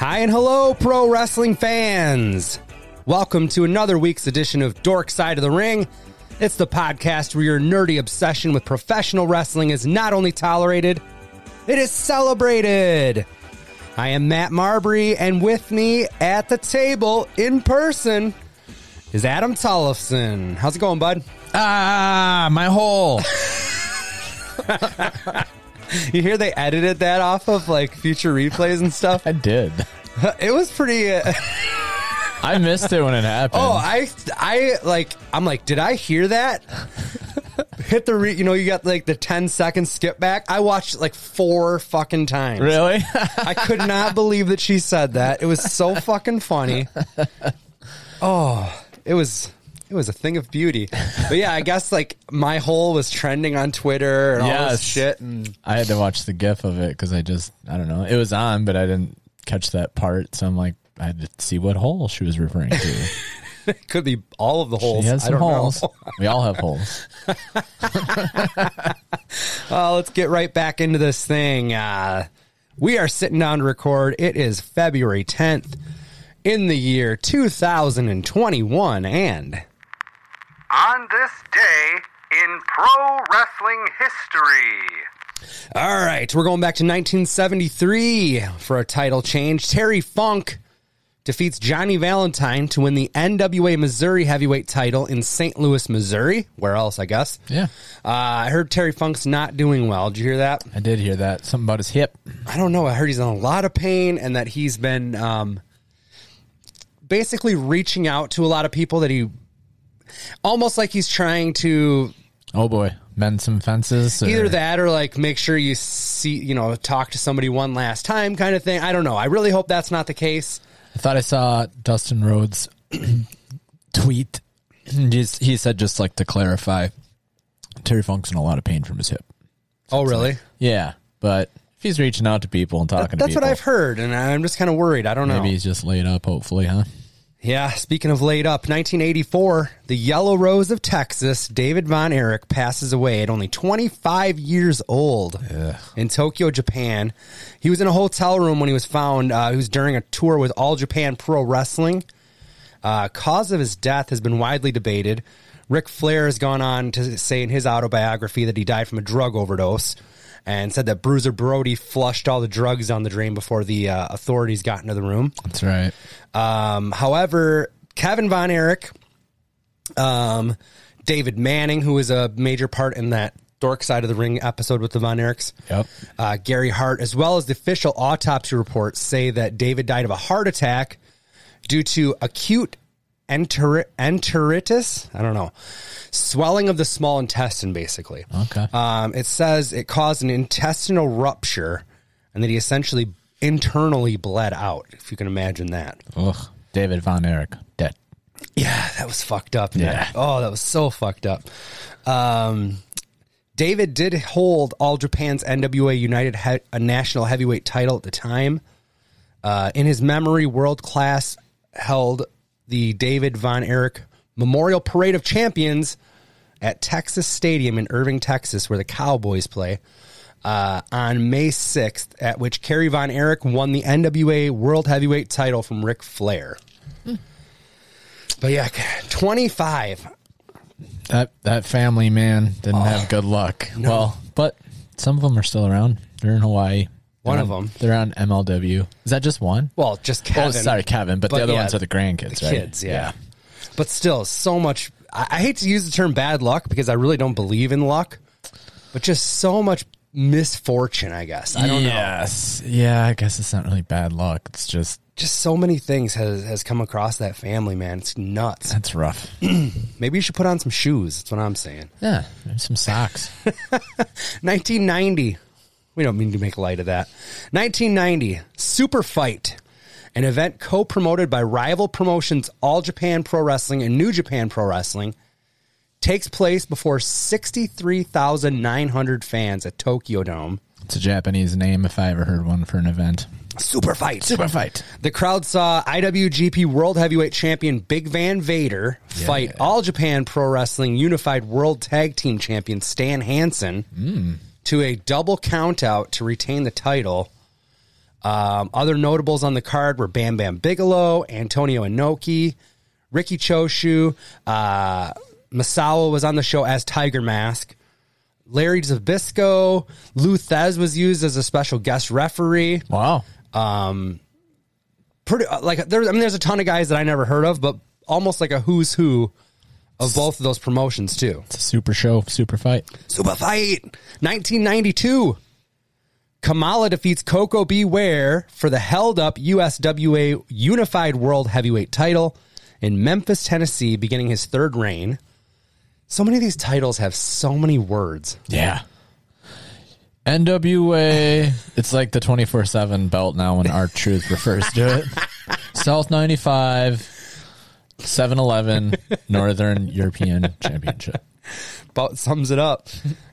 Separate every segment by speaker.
Speaker 1: Hi and hello, pro wrestling fans. Welcome to another week's edition of Dork Side of the Ring. It's the podcast where your nerdy obsession with professional wrestling is not only tolerated, it is celebrated. I am Matt Marbury, and with me at the table in person is Adam Tollefson. How's it going, bud?
Speaker 2: Ah, my hole.
Speaker 1: You hear they edited that off of like future replays and stuff?
Speaker 2: I did.
Speaker 1: It was pretty. Uh,
Speaker 2: I missed it when it happened.
Speaker 1: Oh, I, I like, I'm like, did I hear that? Hit the, re- you know, you got like the 10 second skip back. I watched it like four fucking times.
Speaker 2: really?
Speaker 1: I could not believe that she said that. It was so fucking funny. Oh, it was, it was a thing of beauty. But yeah, I guess like my whole was trending on Twitter and all
Speaker 2: Yes.
Speaker 1: this shit. And
Speaker 2: I had to watch the GIF of it because I just I don't know. It was on, but I didn't catch that part. So I'm like, I had to see what hole she was referring to.
Speaker 1: it could be all of the holes.
Speaker 2: She has
Speaker 1: I
Speaker 2: some
Speaker 1: don't
Speaker 2: holes.
Speaker 1: know.
Speaker 2: We all have holes.
Speaker 1: Uh, let's get right back into this thing. Uh, we are sitting down to record. It is February 10th in the year 2021. And
Speaker 3: On this day in pro wrestling history.
Speaker 1: all right, we're going back to 1973 for a title change. Terry Funk defeats Johnny Valentine to win the NWA Missouri heavyweight title in St. Louis, Missouri. Where else, I guess?
Speaker 2: Yeah,
Speaker 1: Uh, I heard Terry Funk's not doing well. Did you hear that?
Speaker 2: I did hear that. Something about his hip.
Speaker 1: I don't know. I heard he's in a lot of pain and that he's been um, basically reaching out to a lot of people that he almost like he's trying to
Speaker 2: Oh boy, mend some fences. or-
Speaker 1: either that or like make sure you see, you know, talk to somebody one last time kind of thing. I don't know. I really hope that's not the case.
Speaker 2: I thought I saw Dustin Rhodes tweet. He's, he said just like to clarify, Terry Funk's in a lot of pain from his hip.
Speaker 1: Oh, really?
Speaker 2: Yeah, but if he's reaching out to people and talking
Speaker 1: That's
Speaker 2: to people,
Speaker 1: what I've heard. And I'm just kind of worried. I don't know.
Speaker 2: Maybe he's just laid up, hopefully, huh?
Speaker 1: Yeah, speaking of laid up, 1984, the Yellow Rose of Texas, David Von Erich passes away at only 25 years old in Tokyo, Japan. He was in a hotel room when he was found. Uh, he was during a tour with All Japan Pro Wrestling. Uh, cause of his death has been widely debated. Ric Flair has gone on to say in his autobiography that he died from a drug overdose and said that Bruiser Brody flushed all the drugs down the drain before the uh, authorities got into the room.
Speaker 2: That's right.
Speaker 1: Um, however, Kevin Von Erich, um, David Manning, who was a major part in that Dork Side of the Ring episode with the Von Erichs,
Speaker 2: Yep.
Speaker 1: uh, Gary Hart, as well as the official autopsy reports, say that David died of a heart attack due to acute enter- enteritis. I don't know. Swelling of the small intestine, basically.
Speaker 2: Okay.
Speaker 1: Um, it says it caused an intestinal rupture and that he essentially internally bled out, if you can imagine that.
Speaker 2: Ugh. David Von Erich, dead.
Speaker 1: Yeah, that was fucked up. man.
Speaker 2: Yeah.
Speaker 1: Oh, that was so fucked up. Um, David did hold all Japan's NWA United he- a national heavyweight title at the time. Uh, in his memory, World Class held the David Von Erich Memorial Parade of Champions at Texas Stadium in Irving, Texas, where the Cowboys play. Uh, on May 6th, at which Kerry Von Erich won the NWA World Heavyweight title from Ric Flair. But yeah, 25.
Speaker 2: That that family man didn't
Speaker 1: Oh.
Speaker 2: have good luck. Well, but some of them are still around. They're in Hawaii.
Speaker 1: One
Speaker 2: They're
Speaker 1: of
Speaker 2: on-
Speaker 1: them.
Speaker 2: They're on MLW. Is that just one?
Speaker 1: Well, just Kevin.
Speaker 2: oh, sorry, Kevin. But,
Speaker 1: But
Speaker 2: the other
Speaker 1: yeah,
Speaker 2: ones are the grandkids, right?
Speaker 1: Kids, yeah. But still, so much. I, I hate to use the term bad luck because I really don't believe in luck, but just so much misfortune, I guess. I don't know.
Speaker 2: yes. Yeah, I guess it's not really bad luck. It's just
Speaker 1: Just so many things has, has come across that family, man. It's nuts.
Speaker 2: that's rough.
Speaker 1: Maybe you should put on some shoes. That's what I'm saying.
Speaker 2: yeah, maybe some socks.
Speaker 1: 1990. We don't mean to make light of that. 1990, Super Fight, an event co promoted by rival promotions All Japan Pro Wrestling and New Japan Pro Wrestling, takes place before 63,900 fans at Tokyo Dome.
Speaker 2: It's a Japanese name if I ever heard one for an event.
Speaker 1: Super fight.
Speaker 2: Super fight.
Speaker 1: The crowd saw IWGP World Heavyweight Champion Big Van Vader fight All Japan Pro Wrestling Unified World Tag Team Champion Stan Hansen to a double countout to retain the title. Um, other notables on the card were Bam Bam Bigelow, Antonio Inoki, Ricky Choshu. Uh, Masawa was on the show as Tiger Mask. Larry Zabisco, Lou Thez was used as a special guest referee
Speaker 2: Wow.
Speaker 1: pretty uh, like there. I mean, there's a ton of guys that I never heard of, but almost like a who's who of both of those promotions too.
Speaker 2: It's a super show, super fight.
Speaker 1: Super fight, 1992. Kamala defeats Coco Beware for the held up USWA Unified World Heavyweight title in Memphis, Tennessee, beginning his third reign. So many of these titles have so many words.
Speaker 2: Yeah. NWA, it's like the 24 7 belt now when Art Truth refers to it. South 95, 7 Eleven, Northern European Championship.
Speaker 1: about sums it up.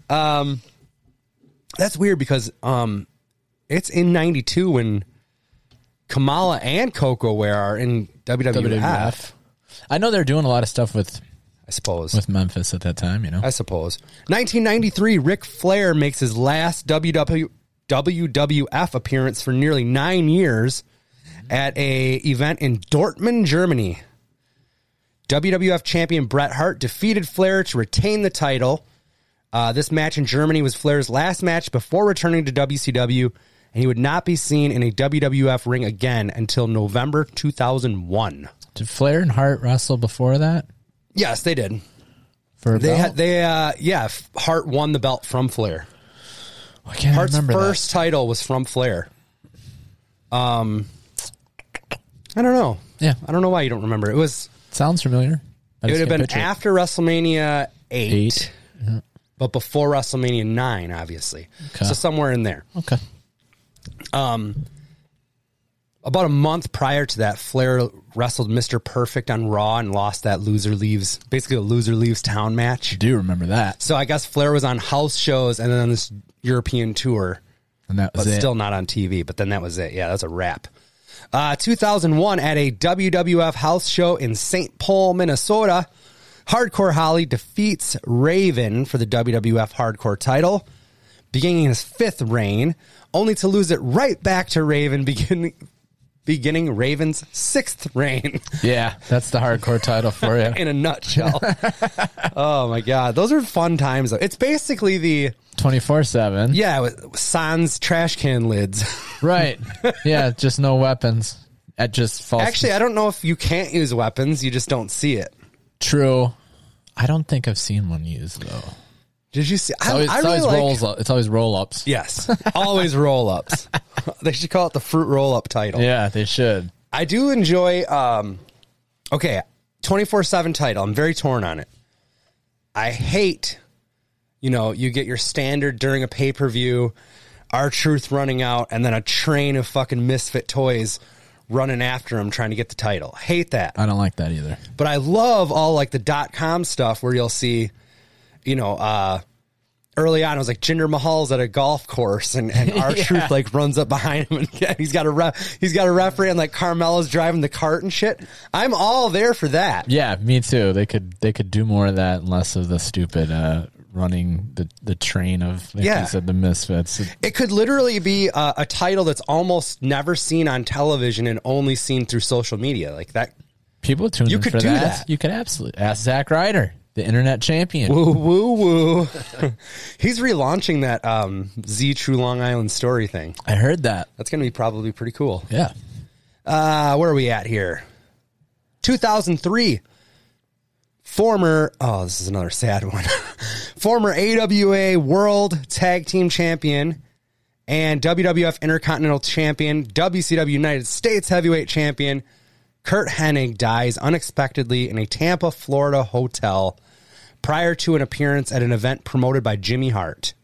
Speaker 1: Um, that's weird because um, it's in '92 when Kamala and Coco Ware are in WWF.
Speaker 2: WWF. I know they're doing a lot of stuff with,
Speaker 1: I suppose.
Speaker 2: with Memphis at that time, you know?
Speaker 1: I suppose. 1993, Ric Flair makes his last WW, WWF appearance for nearly nine years at a event in Dortmund, Germany. WWF champion Bret Hart defeated Flair to retain the title. Uh, this match in Germany was Flair's last match before returning to WCW, and he would not be seen in a WWF ring again until November 2001.
Speaker 2: Did Flair and Hart wrestle before that?
Speaker 1: Yes, they did.
Speaker 2: For a
Speaker 1: They
Speaker 2: belt?
Speaker 1: had they uh yeah, Hart won the belt from Flair.
Speaker 2: I can't
Speaker 1: Hart's
Speaker 2: remember that.
Speaker 1: first title was from Flair. Um, I don't know.
Speaker 2: Yeah.
Speaker 1: I don't know why you don't remember. It was
Speaker 2: Sounds familiar. I
Speaker 1: it would
Speaker 2: just
Speaker 1: have
Speaker 2: can't
Speaker 1: been
Speaker 2: picture it.
Speaker 1: after WrestleMania eight,
Speaker 2: Eight.
Speaker 1: but before WrestleMania nine, obviously.
Speaker 2: Okay.
Speaker 1: So somewhere in there.
Speaker 2: Okay.
Speaker 1: About a month prior to that, Flair wrestled Mr. Perfect on Raw and lost that loser leaves basically a loser leaves town match.
Speaker 2: Do remember that.
Speaker 1: So I guess Flair was on house shows and then on this European tour.
Speaker 2: And that was
Speaker 1: but
Speaker 2: it.
Speaker 1: still not on TV. But then that was it. Yeah, that's a wrap. Uh, 2001 at a WWF house show in St. Paul, Minnesota, Hardcore Holly defeats Raven for the WWF Hardcore title, beginning his fifth reign, only to lose it right back to Raven, beginning beginning Raven's sixth reign.
Speaker 2: Yeah, that's the hardcore title for you.
Speaker 1: In a nutshell. oh my god, those are fun times. Though. It's basically the
Speaker 2: 24 7.
Speaker 1: yeah with sans trash can lids.
Speaker 2: Right. Yeah, just no weapons. At just false.
Speaker 1: Actually, I don't know if you can't use weapons, you just don't see it.
Speaker 2: true. I don't think I've seen one used though. It's
Speaker 1: Did you see? I,
Speaker 2: always,
Speaker 1: I
Speaker 2: it's
Speaker 1: really
Speaker 2: always
Speaker 1: like,
Speaker 2: rolls. Up. It's always roll ups.
Speaker 1: Yes, always roll ups. they should call it the fruit roll up title.
Speaker 2: Yeah, they should.
Speaker 1: I do enjoy. Um, okay, twenty four seven title. I'm very torn on it. I hate, you know, you get your standard during a pay per view, our truth running out, and then a train of fucking misfit toys running after him trying to get the title. Hate that.
Speaker 2: I don't like that either.
Speaker 1: But I love all like the dot com stuff where you'll see, you know, uh, early on, it was like Jinder Mahal's at a golf course and, and our truth like runs up behind him and he's got a ref, he's got a referee and like Carmelo's driving the cart and shit. I'm all there for that.
Speaker 2: Yeah, me too. They could they could do more of that and less of the stupid uh running the the train of like
Speaker 1: Yeah.
Speaker 2: you said the misfits.
Speaker 1: It could literally be a, a title that's almost never seen on television and only seen through social media. Like that.
Speaker 2: People tune
Speaker 1: You
Speaker 2: in
Speaker 1: could
Speaker 2: for
Speaker 1: do
Speaker 2: that.
Speaker 1: that.
Speaker 2: You could absolutely ask Zack Ryder, the internet champion.
Speaker 1: Woo woo woo. he's relaunching that um, Z True Long Island story thing.
Speaker 2: I heard that.
Speaker 1: That's going to be probably pretty cool.
Speaker 2: Yeah.
Speaker 1: Uh, where are we at here? 2003. Former, oh, this is another sad one. Former AWA World Tag Team Champion and WWF Intercontinental Champion, WCW United States Heavyweight Champion, Kurt Hennig dies unexpectedly in a Tampa, Florida hotel prior to an appearance at an event promoted by Jimmy Hart.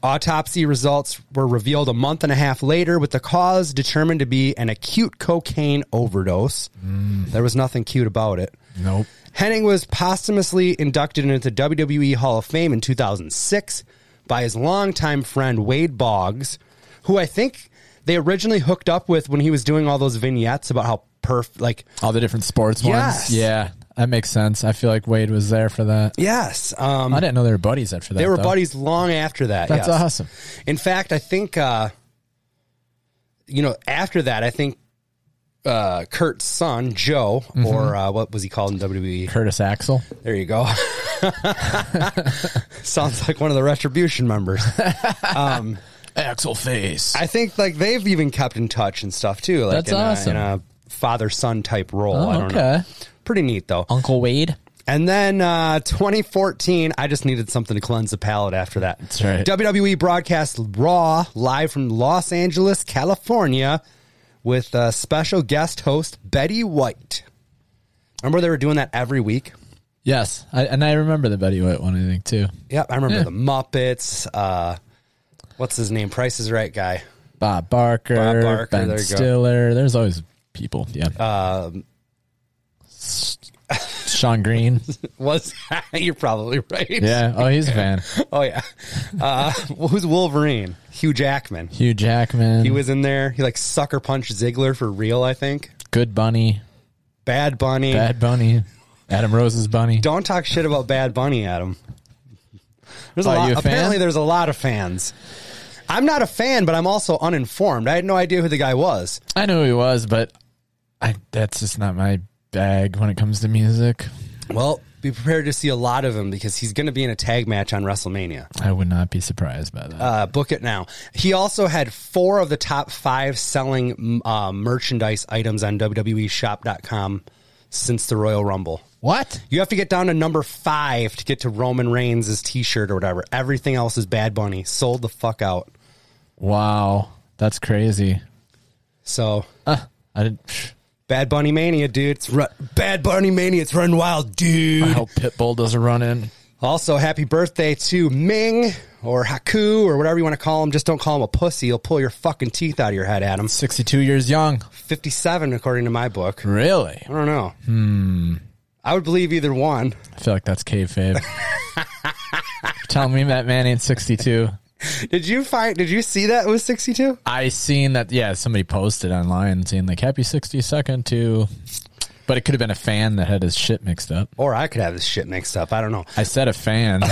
Speaker 1: Autopsy results were revealed a month and a half later, with the cause determined to be an acute cocaine overdose. There was nothing cute about it.
Speaker 2: Nope.
Speaker 1: Henning was posthumously inducted into the E WWE Hall of Fame in 2006 by his longtime friend Wade Boggs, who I think they originally hooked up with when he was doing all those vignettes about how perf like
Speaker 2: All the different sports
Speaker 1: Yes.
Speaker 2: ones. Yeah, that makes sense. I feel like Wade was there for that.
Speaker 1: yes, um,
Speaker 2: I didn't know they were buddies after that.
Speaker 1: they were
Speaker 2: though.
Speaker 1: buddies long after that.
Speaker 2: That's
Speaker 1: yes.
Speaker 2: awesome.
Speaker 1: In fact, I think uh, you know after that, I think uh, Kurt's son Joe,
Speaker 2: Mm-hmm.
Speaker 1: or uh, what was he called in WWE?
Speaker 2: Curtis Axel.
Speaker 1: There you go. Sounds like one of the Retribution members.
Speaker 2: Axel face.
Speaker 1: I think like they've even kept in touch and stuff too. Like
Speaker 2: That's
Speaker 1: in,
Speaker 2: awesome.
Speaker 1: a, in a father son type role.
Speaker 2: Oh,
Speaker 1: I don't know.
Speaker 2: okay.
Speaker 1: Pretty neat though.
Speaker 2: Uncle Wade.
Speaker 1: And then uh, 2014, I just needed something to cleanse the palate after that. That's
Speaker 2: right.
Speaker 1: WWE broadcast Raw live from Los Angeles, California, with uh, special guest host Betty White. Remember they were doing that every week.
Speaker 2: Yes, I, and I remember the Betty White one. I think too.
Speaker 1: Yep, I remember
Speaker 2: Yeah.
Speaker 1: the Muppets. Uh, what's his name? Price is Right guy.
Speaker 2: Bob Barker,
Speaker 1: Bob Barker,
Speaker 2: Ben
Speaker 1: there you go.
Speaker 2: Stiller. There's always people. Yeah. Um, Sean Green.
Speaker 1: Was you're probably right.
Speaker 2: Yeah. Oh, he's a fan.
Speaker 1: Oh yeah. Uh, who's Wolverine? Hugh Jackman.
Speaker 2: Hugh Jackman.
Speaker 1: He was in there. He like sucker punched Ziggler for real. I think.
Speaker 2: Good Bunny.
Speaker 1: Bad Bunny.
Speaker 2: Bad Bunny. Adam Rose's Bunny.
Speaker 1: Don't talk shit about Bad Bunny, Adam. There's a
Speaker 2: Are
Speaker 1: lot.
Speaker 2: you a fan?
Speaker 1: apparently, there's a lot of fans. I'm not a fan, but I'm also uninformed. I had no idea who the guy was.
Speaker 2: I know he was, but I, that's just not my bag when it comes to music.
Speaker 1: Well, be prepared to see a lot of him because he's going to be in a tag match on WrestleMania.
Speaker 2: I would not be surprised by that.
Speaker 1: Uh, book it now. He also had four of the top five selling m- uh, merchandise items on E WWEshop.com since the Royal Rumble.
Speaker 2: what?
Speaker 1: You have to get down to number five to get to Roman Reigns' t shirt or whatever. Everything else is Bad Bunny. Sold the fuck out.
Speaker 2: Wow, that's crazy.
Speaker 1: So,
Speaker 2: Uh, I didn't.
Speaker 1: Bad Bunny Mania, dude. It's run- Bad Bunny Mania. It's run wild,
Speaker 2: I
Speaker 1: dude.
Speaker 2: hope Pitbull doesn't run in.
Speaker 1: Also, happy birthday to Ming or Haku or whatever you want to call him. Just don't call him a pussy. He'll pull your fucking teeth out of your head, Adam.
Speaker 2: 62 years young.
Speaker 1: 57, according to my book.
Speaker 2: Really?
Speaker 1: I don't know. Hmm. I would believe either one.
Speaker 2: I feel like that's kayfabe. Tell me that man ain't 62.
Speaker 1: Did you find? Did you see that it was sixty two?
Speaker 2: I seen that, yeah, somebody posted online saying, like, happy 62nd to. But it could have been a fan that had his shit mixed up.
Speaker 1: Or I could have this shit mixed up. I don't know.
Speaker 2: I said a fan.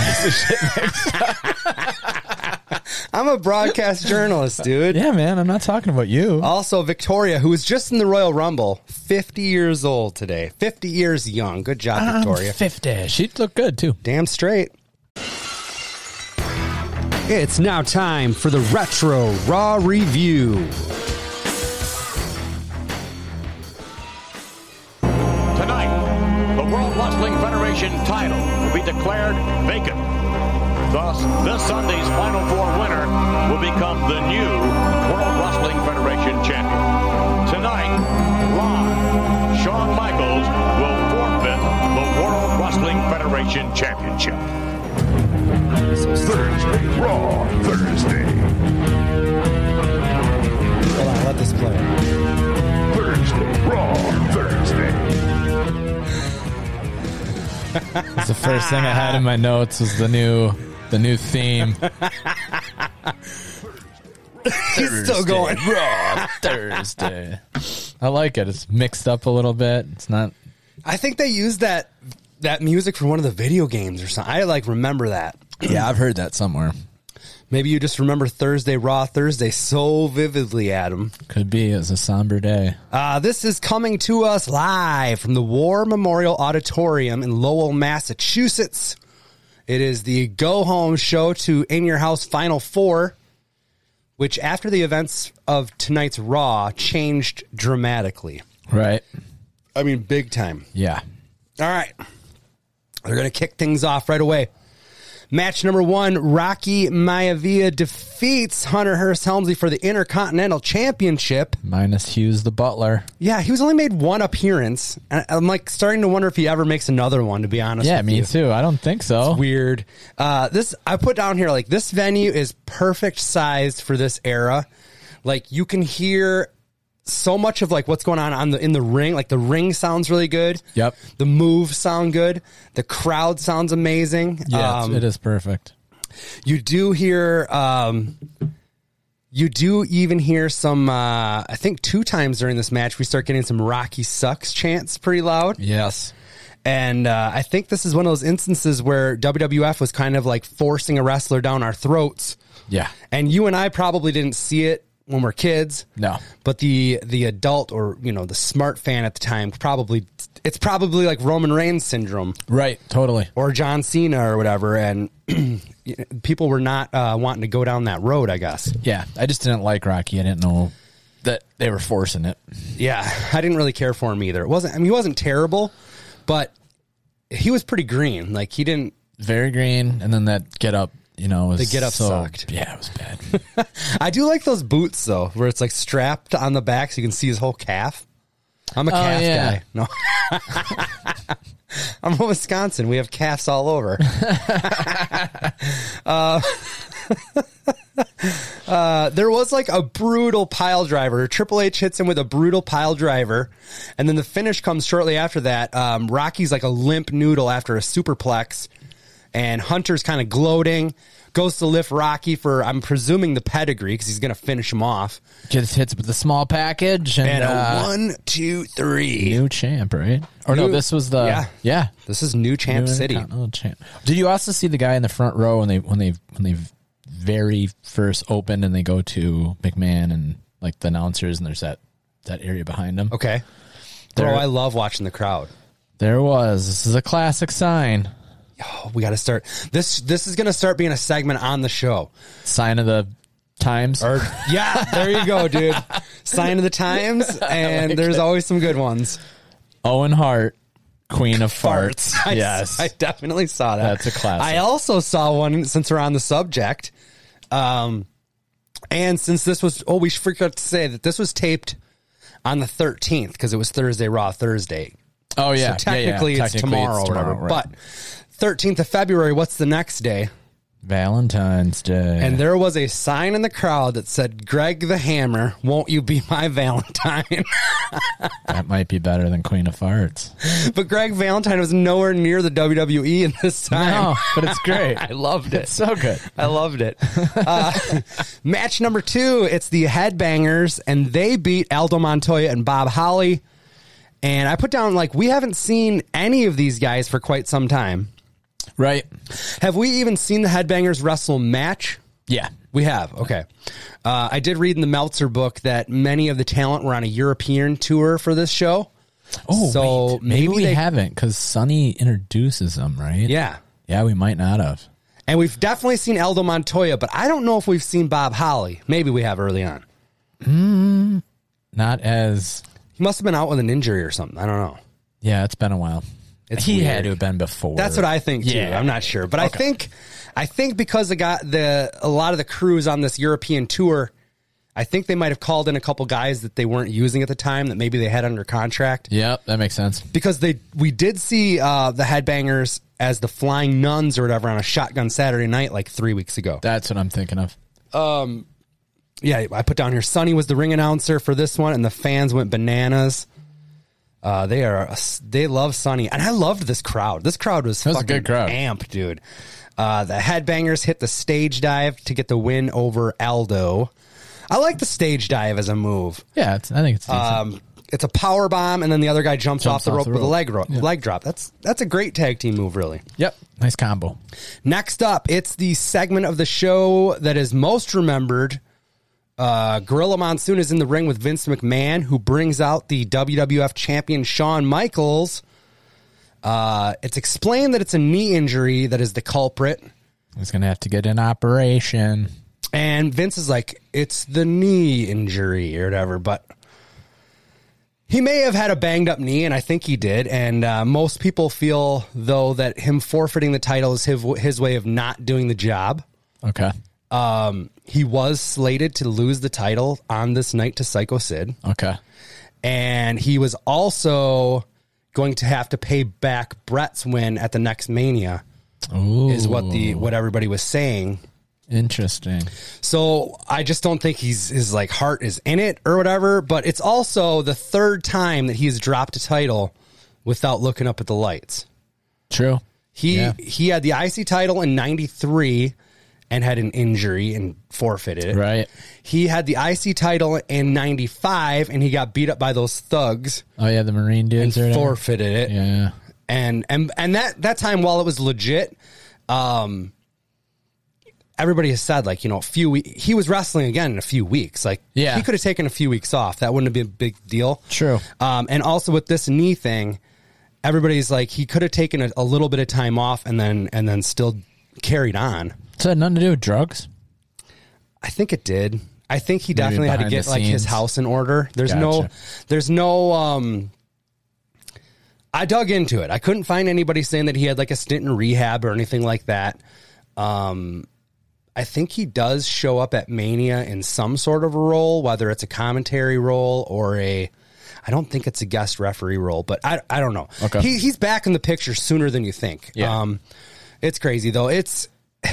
Speaker 1: I'm a broadcast journalist, dude.
Speaker 2: yeah, man, I'm not talking about you.
Speaker 1: Also, Victoria, who was just in the Royal Rumble, 50 years old today. 50 years young. Good job, Victoria.
Speaker 2: I'm 50. She looked good, too.
Speaker 1: Damn straight. It's now time for the Retro Raw Review.
Speaker 4: Tonight, the World Wrestling Federation title will be declared vacant. Thus, this Sunday's Final Four winner will become the new World Wrestling Federation champion. Tonight, Ron Shawn Michaels will forfeit the World Wrestling Federation championship.
Speaker 5: Thursday, Raw Thursday,
Speaker 1: Hold on, let this play.
Speaker 5: Thursday, Raw Thursday,
Speaker 2: That's the first thing I had in my notes was the new the new theme.
Speaker 1: He's still going.
Speaker 2: Raw Thursday. I like it. It's mixed up a little bit. It's not
Speaker 1: I think they used that that music from one of the video games or something. I like remember that.
Speaker 2: Yeah, I've heard that somewhere.
Speaker 1: Maybe you just remember Thursday Raw Thursday so vividly, Adam.
Speaker 2: Could be. It was a somber day.
Speaker 1: Uh, this is coming to us live from the War Memorial Auditorium in Lowell, Massachusetts. It is the go home show to In Your House Final Four, which after the events of tonight's Raw changed dramatically.
Speaker 2: Right.
Speaker 1: I mean, big time.
Speaker 2: Yeah.
Speaker 1: All right. They're going to kick things off right away. Match number one Rocky Maivia defeats Hunter Hearst Helmsley for the Intercontinental Championship.
Speaker 2: Minus Hughes the butler.
Speaker 1: Yeah, he was only made one appearance, and I'm like starting to wonder if he ever makes another one. To be honest,
Speaker 2: Yeah,
Speaker 1: with
Speaker 2: me
Speaker 1: you.
Speaker 2: too. I don't think so.
Speaker 1: Weird. Uh, this I put down here like this venue is perfect sized for this era. Like you can hear so much of like what's going on on the in the ring. Like the ring sounds really good.
Speaker 2: Yep.
Speaker 1: The moves sound good. The crowd sounds amazing.
Speaker 2: Yeah,
Speaker 1: Um,
Speaker 2: it's- it is perfect.
Speaker 1: you do hear um, You do even hear some, uh, I think two times during this match, we start getting some Rocky Sucks chants pretty loud.
Speaker 2: Yes.
Speaker 1: And uh, I think this is one of those instances where WWF was kind of like forcing a wrestler down our throats.
Speaker 2: Yeah.
Speaker 1: And you and I probably didn't see it when we're kids.
Speaker 2: No.
Speaker 1: But the the adult or you know the smart fan at the time probably it's probably like Roman Reigns syndrome
Speaker 2: Right. Totally.
Speaker 1: or John Cena or whatever, and people were not uh, wanting to go down that road. I guess.
Speaker 2: Yeah. I just didn't like Rocky. I didn't know that they were forcing it.
Speaker 1: Yeah, I didn't really care for him either. It wasn't. I mean, he wasn't terrible, but he was pretty green. Like he didn't.
Speaker 2: Very green, and then that get up. You know, was
Speaker 1: The get up
Speaker 2: so-
Speaker 1: sucked.
Speaker 2: Yeah, it was bad.
Speaker 1: I do like those boots though, where it's like strapped on the back so you can see his whole calf. I'm a calf
Speaker 2: yeah.
Speaker 1: guy. No. I'm from Wisconsin. We have calves all over. Uh, uh, there was like a brutal pile driver. Triple H hits him with a brutal pile driver, and then the finish comes shortly after that. Um, Rocky's like a limp noodle after a superplex, and Hunter's kind of gloating. Goes to lift Rocky for I'm presuming the pedigree because he's going to finish him off.
Speaker 2: Just hits with the small package and,
Speaker 1: And a
Speaker 2: uh,
Speaker 1: one, two, three.
Speaker 2: new champ, right? Or no,
Speaker 1: New-
Speaker 2: this was the
Speaker 1: yeah.
Speaker 2: yeah,
Speaker 1: This is New Champ
Speaker 2: New
Speaker 1: City.
Speaker 2: Intercontinental champ. Did you also see the guy in the front row when they when they when they very first opened and they go to McMahon and like the announcers and there's that that area behind them.
Speaker 1: Okay. Bro,
Speaker 2: There-
Speaker 1: I love watching the crowd.
Speaker 2: There was this is a classic sign
Speaker 1: Oh, we got to start this. This is going to start being a segment on the show.
Speaker 2: sign of the times.
Speaker 1: Or yeah, there you go, dude. Sign of the times, and there's always some good ones.
Speaker 2: Owen Hart, Queen of Farts.
Speaker 1: I,
Speaker 2: yes,
Speaker 1: I definitely saw that.
Speaker 2: That's a classic.
Speaker 1: I also saw one since we're on the subject. Um, and since this was oh, we forgot to say that this was taped on the 13th because it was Thursday Raw Thursday.
Speaker 2: oh yeah,
Speaker 1: so technically,
Speaker 2: yeah, yeah.
Speaker 1: it's tomorrow, or whatever.
Speaker 2: right.
Speaker 1: But 13th of February, what's the next day?
Speaker 2: Valentine's Day
Speaker 1: And there was a sign in the crowd that said, Greg the Hammer, won't you be my Valentine?
Speaker 2: that might be better than Queen of Farts.
Speaker 1: but Greg Valentine was nowhere near the WWE in this time.
Speaker 2: No, but it's great.
Speaker 1: I loved it.
Speaker 2: It's so good.
Speaker 1: I loved it. Uh, match number two, it's the Headbangers, and they beat Aldo Montoya and Bob Holly. And I put down, like, we haven't seen any of these guys for quite some time.
Speaker 2: Right?
Speaker 1: Have we even seen the Headbangers wrestle match?
Speaker 2: Yeah.
Speaker 1: We have. Okay. Uh, I did read in the Meltzer book that many of the talent were on a European tour for this show.
Speaker 2: Oh,
Speaker 1: So
Speaker 2: wait. maybe,
Speaker 1: maybe
Speaker 2: we
Speaker 1: they-
Speaker 2: haven't because Sonny introduces them, right?
Speaker 1: Yeah.
Speaker 2: Yeah, we might not have.
Speaker 1: And we've definitely seen Eldo Montoya, but I don't know if we've seen Bob Holly. Maybe we have early on.
Speaker 2: Not as.
Speaker 1: He must have been out with an injury or something. I don't know.
Speaker 2: Yeah, it's been a while.
Speaker 1: It's
Speaker 2: he
Speaker 1: weird.
Speaker 2: had to have been before.
Speaker 1: That's what I think too.
Speaker 2: Yeah.
Speaker 1: I'm not sure, but I
Speaker 2: Okay.
Speaker 1: think I think because they got the a lot of the crews on this European tour, I think they might have called in a couple guys that they weren't using at the time that maybe they had under contract.
Speaker 2: Yep, that makes sense.
Speaker 1: because they we did see uh, the headbangers as the flying nuns or whatever on a shotgun Saturday night like three weeks ago.
Speaker 2: That's what I'm thinking of.
Speaker 1: yeah, I put down here. Sonny was the ring announcer for this one, and the fans went bananas. Uh, they are they love Sonny, and I loved this crowd. This crowd was,
Speaker 2: was a
Speaker 1: fucking
Speaker 2: good crowd.
Speaker 1: amped, dude. Uh, the headbangers hit the stage dive to get the win over Aldo. I like the stage dive as a move.
Speaker 2: Yeah, it's, I think it's decent.
Speaker 1: Um, it's a power bomb, and then the other guy jumps, off, the rope with a leg, ro- leg drop. That's that's a great tag team move, really.
Speaker 2: yep, nice combo.
Speaker 1: Next up, it's the segment of the show that is most remembered. Uh, Gorilla Monsoon is in the ring with Vince McMahon, who brings out the WWF champion Shawn Michaels. Uh, it's explained that it's a knee injury that is the culprit.
Speaker 2: He's going to have to get an operation.
Speaker 1: And Vince is like, it's the knee injury or whatever, but he may have had a banged up knee, and I think he did. And uh, most people feel, though, that him forfeiting the title is his, his way of not doing the job.
Speaker 2: Okay.
Speaker 1: Um, he was slated to lose the title on this night to Psycho Sid,
Speaker 2: Okay.
Speaker 1: and he was also going to have to pay back Brett's win at the next Mania,
Speaker 2: Ooh,
Speaker 1: is what the what everybody was saying.
Speaker 2: interesting.
Speaker 1: So I just don't think he's his like heart is in it or whatever. But it's also the third time that he's dropped a title without looking up at the lights.
Speaker 2: True.
Speaker 1: He
Speaker 2: Yeah.
Speaker 1: he had the IC title in '93, and had an injury and forfeited it.
Speaker 2: Right.
Speaker 1: He had the IC title in 95 and he got beat up by those thugs
Speaker 2: Oh yeah, the Marine
Speaker 1: and
Speaker 2: dudes or whatever.
Speaker 1: forfeited it.
Speaker 2: Yeah.
Speaker 1: And and and that that time while it was legit um everybody has said like, you know, a few we- he was wrestling again in a few weeks. Like
Speaker 2: Yeah.
Speaker 1: he could have taken a few weeks off. That wouldn't have been a big deal.
Speaker 2: True.
Speaker 1: Um, and also with this knee thing, everybody's like he could have taken a, a little bit of time off and then and then still carried on.
Speaker 2: So it had nothing to do with drugs.
Speaker 1: I think it did. I think he definitely had to
Speaker 2: behind
Speaker 1: get
Speaker 2: the
Speaker 1: like his
Speaker 2: scenes.
Speaker 1: house in order. There's no
Speaker 2: Gotcha.
Speaker 1: there's no um I dug into it. I couldn't find anybody saying that he had like a stint in rehab or anything like that. Um I think he does show up at Mania in some sort of a role, whether it's a commentary role or a I don't think it's a guest referee role, but I I don't know.
Speaker 2: Okay.
Speaker 1: He he's back in the picture sooner than you think.
Speaker 2: Yeah.
Speaker 1: Um it's crazy though. It's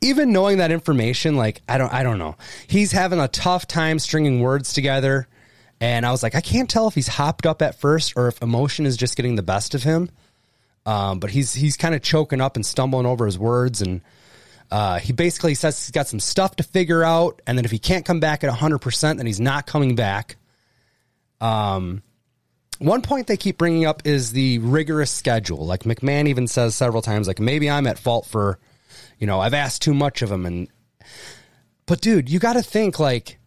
Speaker 1: even knowing that information, like I don't, I don't know. He's having a tough time stringing words together, and I was like, I can't tell if he's hopped up at first or if emotion is just getting the best of him. Um, but he's he's kind of choking up and stumbling over his words, and uh, he basically says he's got some stuff to figure out, and then if he can't come back at hundred percent, then he's not coming back. One point they keep bringing up is the rigorous schedule. Like McMahon even says several times, like maybe I'm at fault for, you know, I've asked too much of him. And but dude, you got to think like,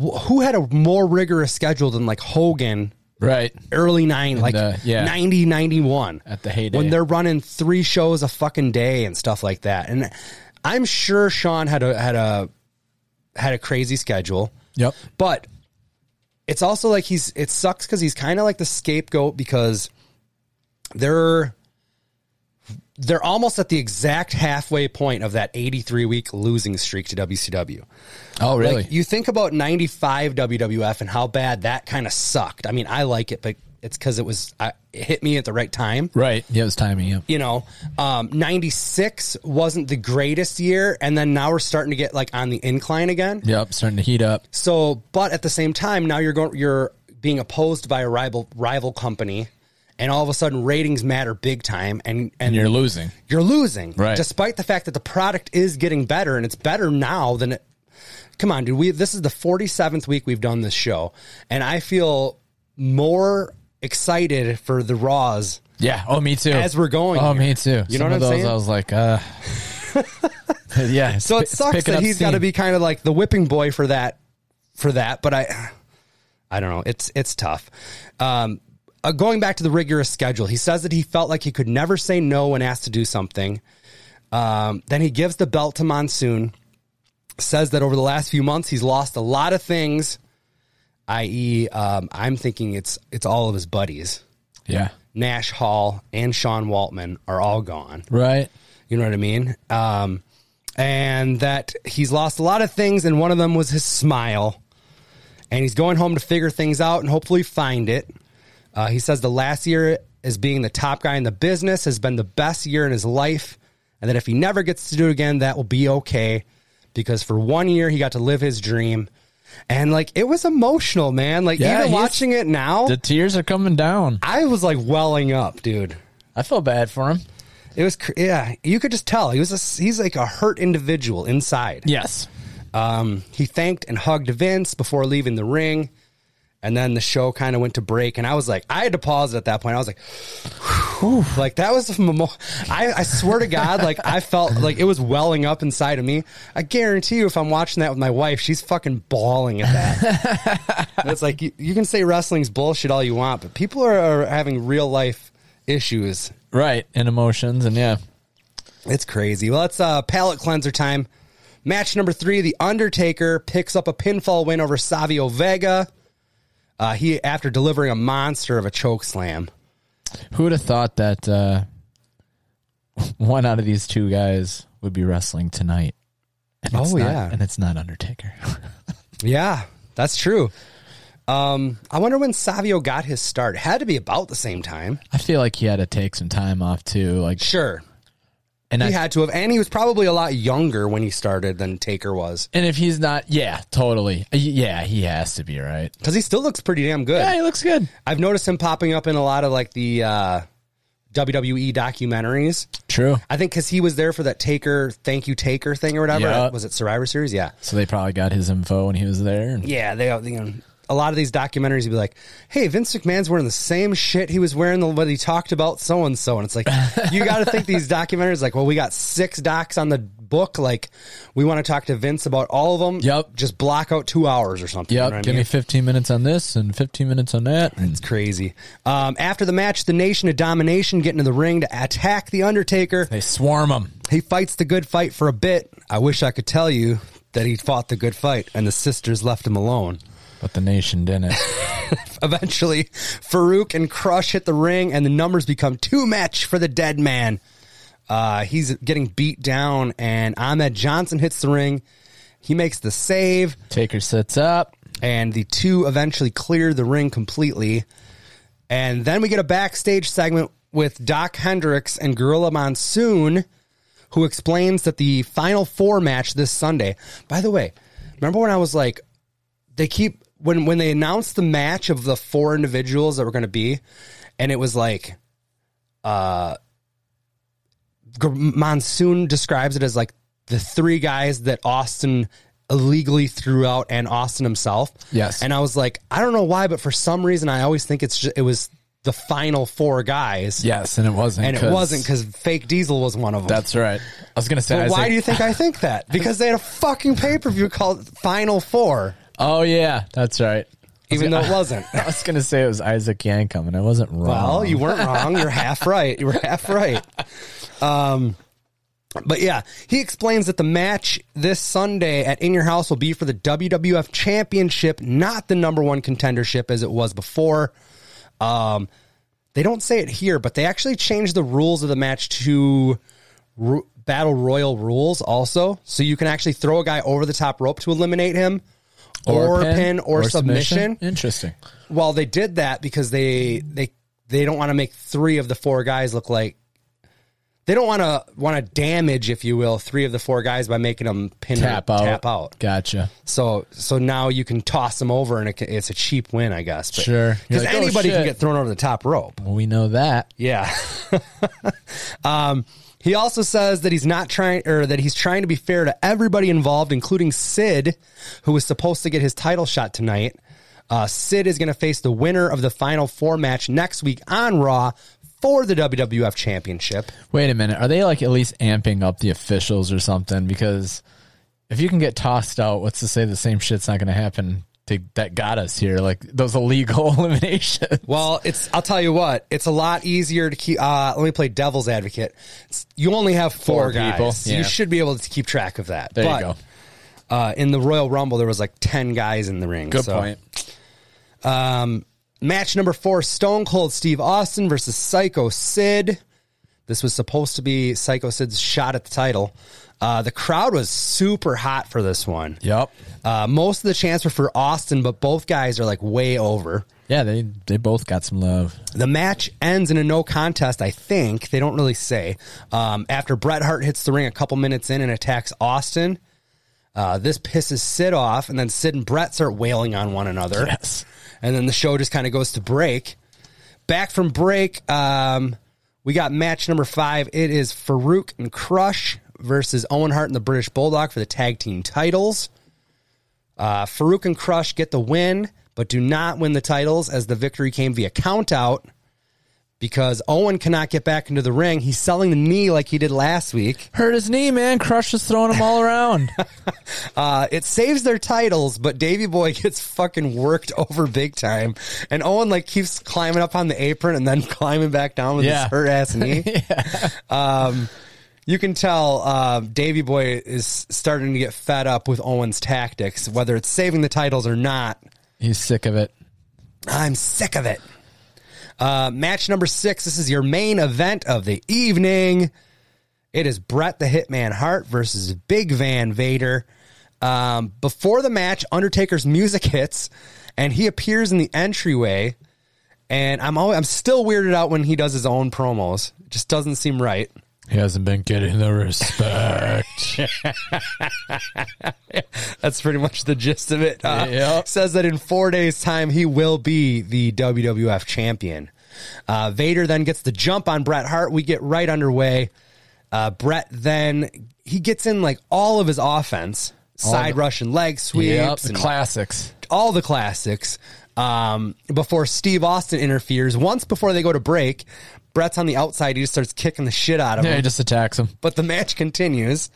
Speaker 1: wh- who had a more rigorous schedule than like Hogan
Speaker 2: Right.
Speaker 1: early nine, like
Speaker 2: the- yeah.
Speaker 1: ninety ninety one 90, 91.
Speaker 2: At the heyday.
Speaker 1: When they're running three shows a fucking day and stuff like that. And I'm sure Sean had a, had a, had a crazy schedule.
Speaker 2: Yep.
Speaker 1: But it's also like he's it sucks because he's kind of like the scapegoat because they're they're almost at the exact halfway point of that 83 week losing streak to WCW.
Speaker 2: Oh really?
Speaker 1: Like you think about 95 WWF and how bad that kind of sucked. I mean, I like it, but it's because it was I, it hit me at the right time
Speaker 2: right. Yeah, it was timing. Yeah.
Speaker 1: you know, um, 96 wasn't the greatest year. And then now we're starting to get like on the incline again.
Speaker 2: Yep. Starting to heat up.
Speaker 1: So, but at the same time, now you're going, you're being opposed by a rival rival company, and all of a sudden ratings matter big time, and and
Speaker 2: You're losing.
Speaker 1: you're losing,
Speaker 2: Right.
Speaker 1: Despite the fact that the product is getting better, and it's better now than it. Come on, dude. We this is the 47th week we've done this show, and I feel more excited for the Raws
Speaker 2: Yeah. Oh, me too.
Speaker 1: As we're going
Speaker 2: Oh,
Speaker 1: here.
Speaker 2: me too.
Speaker 1: You know what
Speaker 2: Some of
Speaker 1: I'm
Speaker 2: those,
Speaker 1: saying?
Speaker 2: I was like, uh. yeah.
Speaker 1: So it sucks that he's got to be kind of like the whipping boy for that for that, but I I don't know. It's it's tough. Um uh, going back to the rigorous schedule, he says that he felt like he could never say no when asked to do something. Um, then he gives the belt to Monsoon, says that over the last few months he's lost a lot of things, i.e., um, I'm thinking it's it's all of his buddies.
Speaker 2: Yeah.
Speaker 1: Nash Hall and Sean Waltman are all gone.
Speaker 2: Right.
Speaker 1: You know what I mean? Um, and that he's lost a lot of things, and one of them was his smile. And he's going home to figure things out and hopefully find it. Uh, he says the last year as being the top guy in the business has been the best year in his life, and that if he never gets to do it again, that will be okay because for one year he got to live his dream. And like it was emotional, man. Like
Speaker 2: Yeah,
Speaker 1: even
Speaker 2: he's-
Speaker 1: watching it now,
Speaker 2: The tears are coming down.
Speaker 1: I was like welling up, dude.
Speaker 2: I feel bad for him.
Speaker 1: It was cr- yeah, you could just tell he was a, he's like a hurt individual inside.
Speaker 2: Yes.
Speaker 1: Um, he thanked and hugged Vince before leaving the ring, and then the show kind of went to break. And I was like, I had to pause it at that point. I was like, whew, like that was a memo- I, I swear to God, like I felt like it was welling up inside of me. I guarantee you, if I'm watching that with my wife, she's fucking bawling at that. And it's like you, you can say wrestling's bullshit all you want, but people are, are having real life issues
Speaker 2: Right. And emotions. And yeah.
Speaker 1: It's crazy. Well, it's uh, palate cleanser time. Match number three: The Undertaker picks up a pinfall win over Savio Vega. Uh, he after delivering a monster of a choke slam.
Speaker 2: Who would have thought that uh, one out of these two guys would be wrestling tonight? And it's
Speaker 1: Oh,
Speaker 2: not-
Speaker 1: yeah.
Speaker 2: and it's not Undertaker.
Speaker 1: Yeah, that's true. Um, I wonder when Savio got his start. Had to be about the same time.
Speaker 2: I feel like he had to take some time off too. Like,
Speaker 1: Sure,
Speaker 2: and
Speaker 1: he
Speaker 2: I,
Speaker 1: had to have, and he was probably a lot younger when he started than Taker was,
Speaker 2: and if he's not, yeah, totally, Uh, yeah, he has to be right.
Speaker 1: because he still looks pretty damn good.
Speaker 2: Yeah, he looks good.
Speaker 1: I've noticed him popping up in a lot of like the uh, WWE documentaries.
Speaker 2: True.
Speaker 1: I think because he was there for that Taker, thank you Taker thing or whatever.
Speaker 2: Yeah.
Speaker 1: Was it Survivor Series? Yeah.
Speaker 2: So they probably got his info when he was there. And
Speaker 1: Yeah, they, you know, a lot of these documentaries would be like, "Hey, Vince McMahon's wearing the same shit he was wearing the what he talked about so and so," and it's like you got to think these documentaries like, well, we got six docs on the book, like we want to talk to Vince about all of them.
Speaker 2: Yep.
Speaker 1: just block out two hours or something. you
Speaker 2: Yep.
Speaker 1: know what I
Speaker 2: give me
Speaker 1: mean?
Speaker 2: 15 minutes on this and 15 minutes on that. And
Speaker 1: It's crazy. Um, after the match, the Nation of Domination get into the ring to attack the Undertaker.
Speaker 2: they swarm him.
Speaker 1: He fights the good fight for a bit. I wish I could tell you that he fought the good fight, and the sisters left him alone.
Speaker 2: But the nation didn't.
Speaker 1: Eventually, Farouk and Crush hit the ring, and the numbers become too much for the dead man. Uh, he's getting beat down, and Ahmed Johnson hits the ring. He makes the save,
Speaker 2: Taker sits up.
Speaker 1: and the two eventually clear the ring completely. And then we get a backstage segment with Doc Hendricks and Gorilla Monsoon, who explains that the Final Four match this Sunday. By the way, remember when I was like, they keep when when they announced the match of the four individuals that were going to be, and it was like, uh, G- Monsoon describes it as like the three guys that Austin illegally threw out and Austin himself.
Speaker 2: Yes.
Speaker 1: and I was like, I don't know why, but for some reason, I always think it's just, it was the final four guys.
Speaker 2: Yes, and it wasn't.
Speaker 1: And it
Speaker 2: 'cause-
Speaker 1: wasn't because Fake Diesel was one of them.
Speaker 2: That's right. I was gonna say. I
Speaker 1: But
Speaker 2: was
Speaker 1: why
Speaker 2: like,
Speaker 1: do you think I think that? Because they had a fucking pay per view called Final Four,
Speaker 2: Oh yeah, that's right.
Speaker 1: even though it wasn't.
Speaker 2: I was gonna say it was Isaac Yankum, and I wasn't wrong.
Speaker 1: Well, you weren't wrong. You're half right. You were half right. Um, but yeah, he explains that the match this Sunday at In Your House will be for the WWF Championship, not the number one contendership as it was before. Um, they don't say it here, but they actually changed the rules of the match to ru- battle royal rules also. So you can actually throw a guy over the top rope to eliminate him, or, pin, or, submission
Speaker 2: Interesting.
Speaker 1: well they did that because they they they don't want to make three of the four guys look like they don't want to want to damage if you will three of the four guys by making them pin
Speaker 2: Tap out.
Speaker 1: tap out
Speaker 2: Gotcha.
Speaker 1: so so now you can toss them over and it, ca- it's a cheap win i guess but,
Speaker 2: Sure. You're
Speaker 1: because
Speaker 2: like, oh,
Speaker 1: anybody can
Speaker 2: shit.
Speaker 1: get thrown over the top rope
Speaker 2: Well, we know that.
Speaker 1: yeah um he also says that he's not trying or that he's trying to be fair to everybody involved including sid who was supposed to get his title shot tonight uh, Sid is going to face the winner of the final four match next week on Raw for the WWF Championship.
Speaker 2: Wait a minute. Are they like at least amping up the officials or something? Because if you can get tossed out, what's to say the same shit's not going to happen to, that got us here? Like those illegal eliminations.
Speaker 1: Well, it's I'll tell you what, it's a lot easier to keep. Uh, let me play devil's advocate. It's, you only have four,
Speaker 2: Four people,
Speaker 1: guys.
Speaker 2: yeah.
Speaker 1: You should be able to keep track of that.
Speaker 2: There
Speaker 1: But,
Speaker 2: you go.
Speaker 1: Uh, in the Royal Rumble, there was like ten guys in the ring.
Speaker 2: Good
Speaker 1: so-
Speaker 2: point.
Speaker 1: Match number four Stone Cold Steve Austin versus Psycho Sid. This was supposed to be Psycho Sid's shot at the title. Uh, the crowd was super hot for this one.
Speaker 2: Yep.
Speaker 1: Uh, most of the chants were for Austin, but both guys are like way over.
Speaker 2: Yeah, they they both got some love.
Speaker 1: The match ends in a no contest, I think. They don't really say. Um, after Bret Hart hits the ring a couple minutes in and attacks Austin, uh, this pisses Sid off, and then Sid and Bret start wailing on one another.
Speaker 2: Yes.
Speaker 1: And then the show just kind of goes to break. Back from break, um, we got match number five. It is Farouk and Crush versus Owen Hart and the British Bulldog for the tag team titles. Uh, Farouk and Crush get the win, but do not win the titles as the victory came via countout because Owen cannot get back into the ring. He's selling the knee like he did last week.
Speaker 2: Hurt his knee, man. Crush is throwing him all around.
Speaker 1: Uh, it saves their titles, but Davy Boy gets fucking worked over big time, and Owen like keeps climbing up on the apron and then climbing back down with
Speaker 2: Yeah.
Speaker 1: his hurt ass knee. um, you can tell uh, Davy Boy is starting to get fed up with Owen's tactics, whether it's saving the titles or not.
Speaker 2: He's sick of it.
Speaker 1: I'm sick of it. Uh, match number six. This is your main event of the evening. It is Brett the Hitman Hart versus Big Van Vader. Um, before the match, Undertaker's music hits, and he appears in the entryway. And I'm always, I'm still weirded out when he does his own promos. It just doesn't seem right.
Speaker 2: He hasn't been getting the respect.
Speaker 1: That's pretty much the gist of it. Uh,
Speaker 2: Yep.
Speaker 1: Says that in four days' time, he will be the WWF champion. Uh, Vader then gets the jump on Bret Hart. We get right underway. Uh, Bret then he gets in like all of his offense, side
Speaker 2: the-
Speaker 1: rush and leg
Speaker 2: Yep,
Speaker 1: sweeps,
Speaker 2: the
Speaker 1: and
Speaker 2: classics.
Speaker 1: all the classics um, before Steve Austin interferes. Once before they go to break, Brett's on the outside. He just starts kicking the shit out of
Speaker 2: Yeah, he
Speaker 1: him.
Speaker 2: just attacks him.
Speaker 1: But the match continues.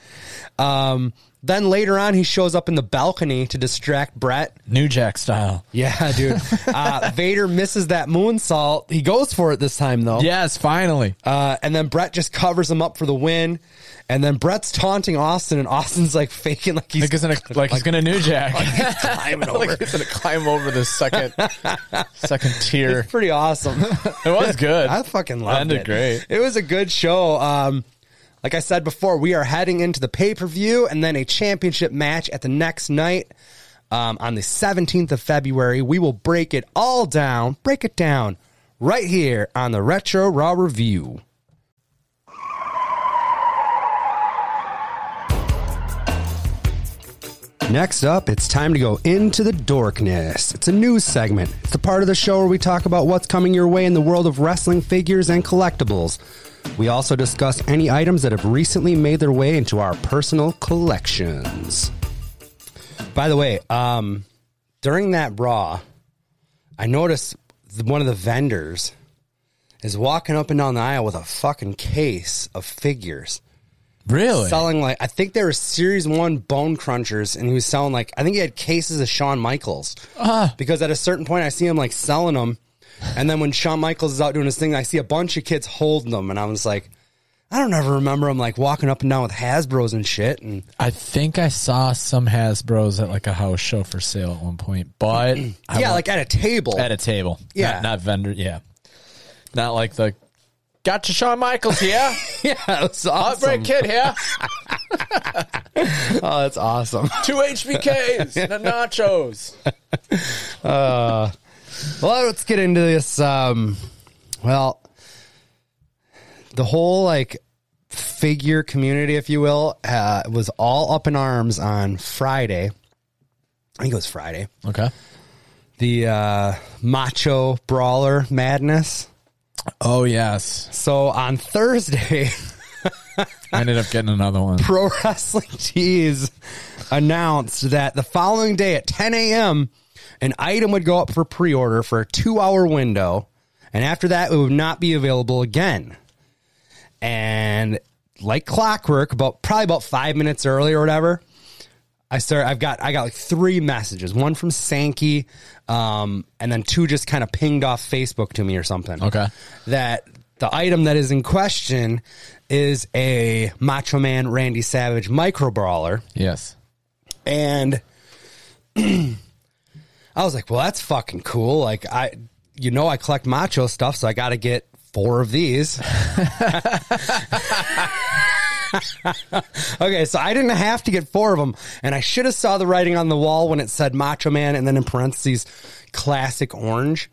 Speaker 1: Um, then later on, he shows up in the balcony to distract Brett.
Speaker 2: New Jack style.
Speaker 1: Yeah, dude. uh, Vader misses that moonsault. He goes for it this time, though.
Speaker 2: Yes, finally.
Speaker 1: Uh, and then Brett just covers him up for the win. And then Brett's taunting Austin, and Austin's like faking like he's
Speaker 2: like he's gonna like he's gonna New Jack.
Speaker 1: climbing over.
Speaker 2: like he's gonna climb over the second second tier.
Speaker 1: It's pretty awesome.
Speaker 2: It was good.
Speaker 1: I fucking loved
Speaker 2: Ended
Speaker 1: it.
Speaker 2: great.
Speaker 1: It was a good show. Um, like I said before, we are heading into the pay per view and then a championship match at the next night um, on the 17th of February. We will break it all down, break it down right here on the Retro Raw Review. Next up, it's time to go into the dorkness. It's a news segment. It's the part of the show where we talk about what's coming your way in the world of wrestling figures and collectibles. We also discuss any items that have recently made their way into our personal collections. By the way, um, during that Raw, I noticed th- one of the vendors is walking up and down the aisle with a fucking case of figures
Speaker 2: Really?
Speaker 1: selling like I think there were Series One Bone Crunchers, and he was selling like I think he had cases of Shawn Michaels. Because at a certain point, I see him like selling them, and then when Shawn Michaels is out doing his thing, I see a bunch of kids holding them, and I was like, I don't ever remember him like walking up and down with Hasbro's and shit. And
Speaker 2: I think I saw some Hasbro's at like a house show for sale at one point, but I
Speaker 1: yeah,
Speaker 2: wa-
Speaker 1: like at a table.
Speaker 2: at a table.
Speaker 1: Yeah.
Speaker 2: Not, not vendor. Yeah. Not like the gotcha Shawn Michaels here.
Speaker 1: yeah, it was awesome.
Speaker 2: Outbreak kid here.
Speaker 1: Oh, that's awesome.
Speaker 2: Two HBKs and a nachos.
Speaker 1: Well, let's get into this. Um, well, the whole like figure community, if you will, uh, was all up in arms on Friday. I think it was Friday.
Speaker 2: Okay.
Speaker 1: The uh, macho brawler madness.
Speaker 2: Oh yes.
Speaker 1: So on Thursday,
Speaker 2: I ended up getting another one.
Speaker 1: Pro Wrestling Tees announced that the following day at 10 a.m., an item would go up for pre order for a two hour window. And after that, it would not be available again. And like clockwork, about probably about five minutes early or whatever, I start. I've got I got like three messages. One from Sankey, um, and then two just kind of pinged off Facebook to me or something.
Speaker 2: Okay.
Speaker 1: that the item that is in question is a Macho Man Randy Savage micro brawler,
Speaker 2: Yes.
Speaker 1: and I was like, "Well, that's fucking cool." Like I, you know, I collect macho stuff, so I got to get four of these. okay, so I didn't have to get four of them, and I should have saw the writing on the wall when it said Macho Man, and then in parentheses, classic orange.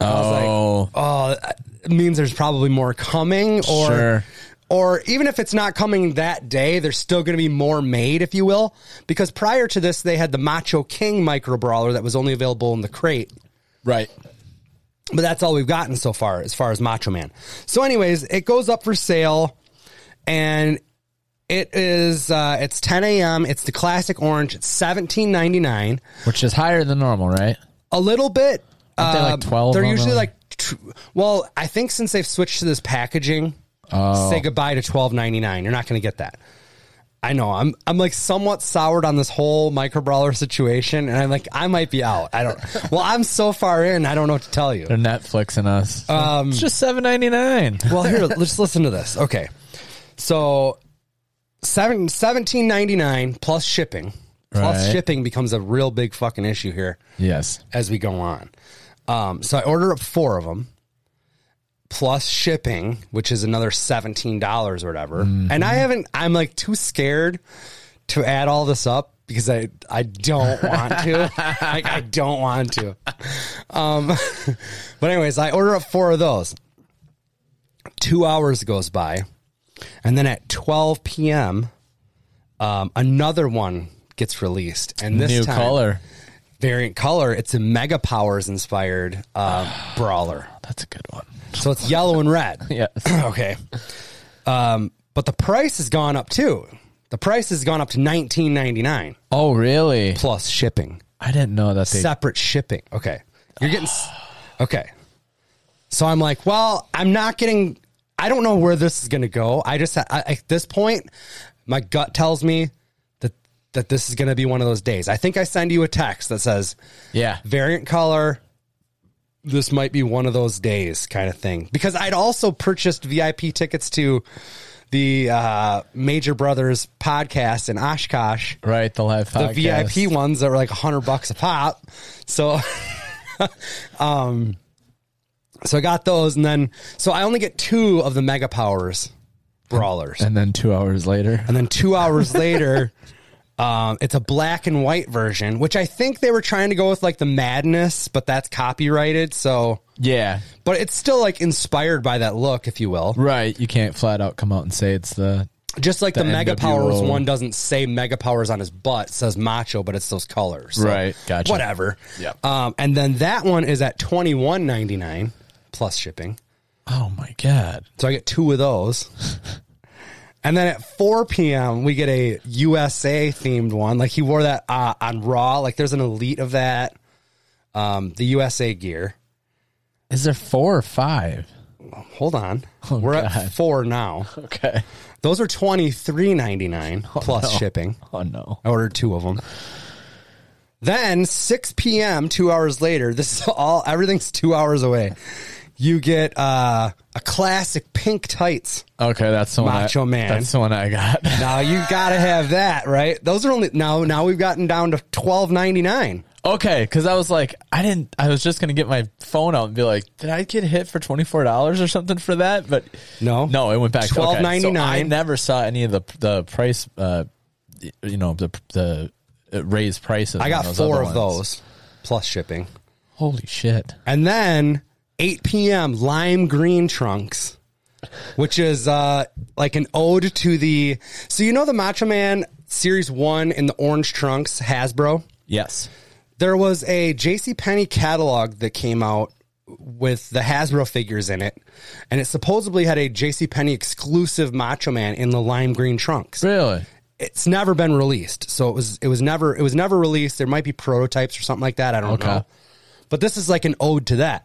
Speaker 1: I was like,
Speaker 2: Oh.
Speaker 1: oh, it means there's probably more coming, or
Speaker 2: Sure.
Speaker 1: or even if it's not coming that day, there's still going to be more made, if you will, because prior to this, they had the Macho King micro brawler that was only available in the crate,
Speaker 2: Right.
Speaker 1: but that's all we've gotten so far as far as Macho Man. So, anyways, it goes up for sale, and it is uh, it's 10 a.m. It's the classic orange. It's 17.99,
Speaker 2: Which is higher than normal, right?
Speaker 1: a little bit. uh,
Speaker 2: Aren't they like 12
Speaker 1: Um, They're usually
Speaker 2: normally?
Speaker 1: like, tw- well, I think since they've switched to this packaging, say goodbye to twelve ninety nine. You're not going to get that. I know. I'm I'm like somewhat soured on this whole micro brawler situation, and I'm like I might be out. I don't. well, I'm so far in, I don't know what to tell you.
Speaker 2: They're Netflixing us.
Speaker 1: um,
Speaker 2: it's just seven ninety nine.
Speaker 1: Well, here, let's listen to this. Okay, so seven seventeen ninety nine plus shipping. Plus
Speaker 2: Right.
Speaker 1: shipping becomes a real big fucking issue here.
Speaker 2: Yes.
Speaker 1: as we go on. Um, so I order up four of them, plus shipping, which is another seventeen dollars or whatever. And I haven't. I'm like too scared to add all this up because I I don't want to. like I don't want to. Um, but anyways, I order up four of those. Two hours goes by, and then at 12 p.m., um, another one gets released, and this
Speaker 2: New
Speaker 1: time,
Speaker 2: color.
Speaker 1: variant color. It's a Mega Powers inspired uh, brawler.
Speaker 2: That's a good one.
Speaker 1: So it's yellow and red.
Speaker 2: Yes.
Speaker 1: okay. Um, but the price has gone up too. The price has gone up to nineteen ninety nine
Speaker 2: Oh, really?
Speaker 1: plus shipping,
Speaker 2: I didn't know that they.
Speaker 1: separate shipping. Okay, you're getting s- okay. So I'm like, well, I'm not getting. I don't know where this is going to go. I just I, at this point, my gut tells me that that this is going to be one of those days. I think I send you a text that says
Speaker 2: yeah.
Speaker 1: variant color. This might be one of those days, kind of thing. Because I'd also purchased VIP tickets to the uh, Major Brothers podcast in Oshkosh,
Speaker 2: Right. The live
Speaker 1: the
Speaker 2: podcast.
Speaker 1: VIP ones that were like hundred bucks a pop. So, um, so I got those, and then so I only get two of the Mega Powers brawlers,
Speaker 2: And then two hours later.
Speaker 1: and then two hours later. Um, it's a black and white version, which I think they were trying to go with like the madness, but that's copyrighted. So,
Speaker 2: Yeah.
Speaker 1: but it's still like inspired by that look, if you will.
Speaker 2: Right. You can't flat out come out and say it's the.
Speaker 1: Just like the,
Speaker 2: The
Speaker 1: Mega
Speaker 2: NWO.
Speaker 1: Powers one doesn't say Mega Powers on his butt, it says Macho, but it's those colors. So
Speaker 2: Right, gotcha.
Speaker 1: Whatever.
Speaker 2: Yep.
Speaker 1: Um, and then that one is at twenty one ninety nine plus shipping.
Speaker 2: Oh my god.
Speaker 1: So I get two of those. And then at 4 p.m., we get a USA themed one. Like he wore that uh, on Raw. Like there's an elite of that. Um, the USA gear.
Speaker 2: Is there four or five?
Speaker 1: Hold on. We're
Speaker 2: God.
Speaker 1: at four now.
Speaker 2: Okay.
Speaker 1: Those are twenty three ninety nine plus shipping.
Speaker 2: Oh no.
Speaker 1: I ordered two of them. Then 6 p.m. two hours later, this is all everything's two hours away. You get uh, a classic pink tights.
Speaker 2: Okay, that's the one.
Speaker 1: Macho
Speaker 2: I,
Speaker 1: Man.
Speaker 2: That's the one I got.
Speaker 1: Now you gotta have that, right? Those are only now. Now we've gotten down to twelve ninety nine.
Speaker 2: okay, because I was like, I didn't. I was just gonna get my phone out and be like, did I get hit for twenty four dollars or something for that? But
Speaker 1: No,
Speaker 2: no, it went back to- okay, so I
Speaker 1: $12.99.
Speaker 2: never saw any of the the price. Uh, you know the the uh, raised prices.
Speaker 1: I
Speaker 2: on
Speaker 1: got
Speaker 2: those
Speaker 1: four
Speaker 2: other
Speaker 1: of
Speaker 2: ones.
Speaker 1: those plus shipping,
Speaker 2: Holy shit!
Speaker 1: and then eight p.m. lime green trunks, which is uh, like an ode to the. So you know the Macho Man Series One in the orange trunks Hasbro.
Speaker 2: Yes.
Speaker 1: there was a JCPenney catalog that came out with the Hasbro figures in it, and it supposedly had a JCPenney exclusive Macho Man in the lime green trunks.
Speaker 2: Really?
Speaker 1: It's never been released, so it was it was never it was never released. There might be prototypes or something like that. I don't
Speaker 2: Okay.
Speaker 1: know, but this is like an ode to that.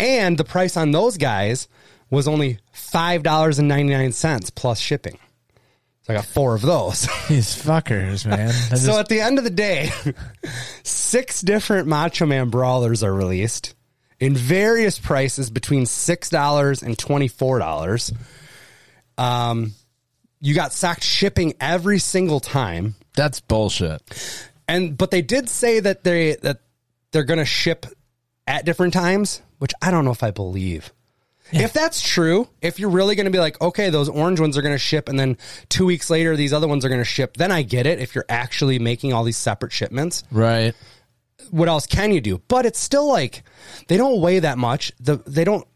Speaker 1: And the price on those guys was only five dollars and ninety nine cents plus shipping. So I got four of those.
Speaker 2: These fuckers, man. I just-
Speaker 1: So at the end of the day, six different Macho Man brawlers are released in various prices between six dollars and twenty four dollars. Um, you got socked shipping every single time,
Speaker 2: that's bullshit.
Speaker 1: and but they did say that they that they're gonna ship at different times, which I don't know if I believe. If that's true, if you're really going to be like, okay, those orange ones are going to ship, and then two weeks later, these other ones are going to ship, then I get it. If you're actually making all these separate shipments,
Speaker 2: Right.
Speaker 1: what else can you do? But it's still like they don't weigh that much. The they don't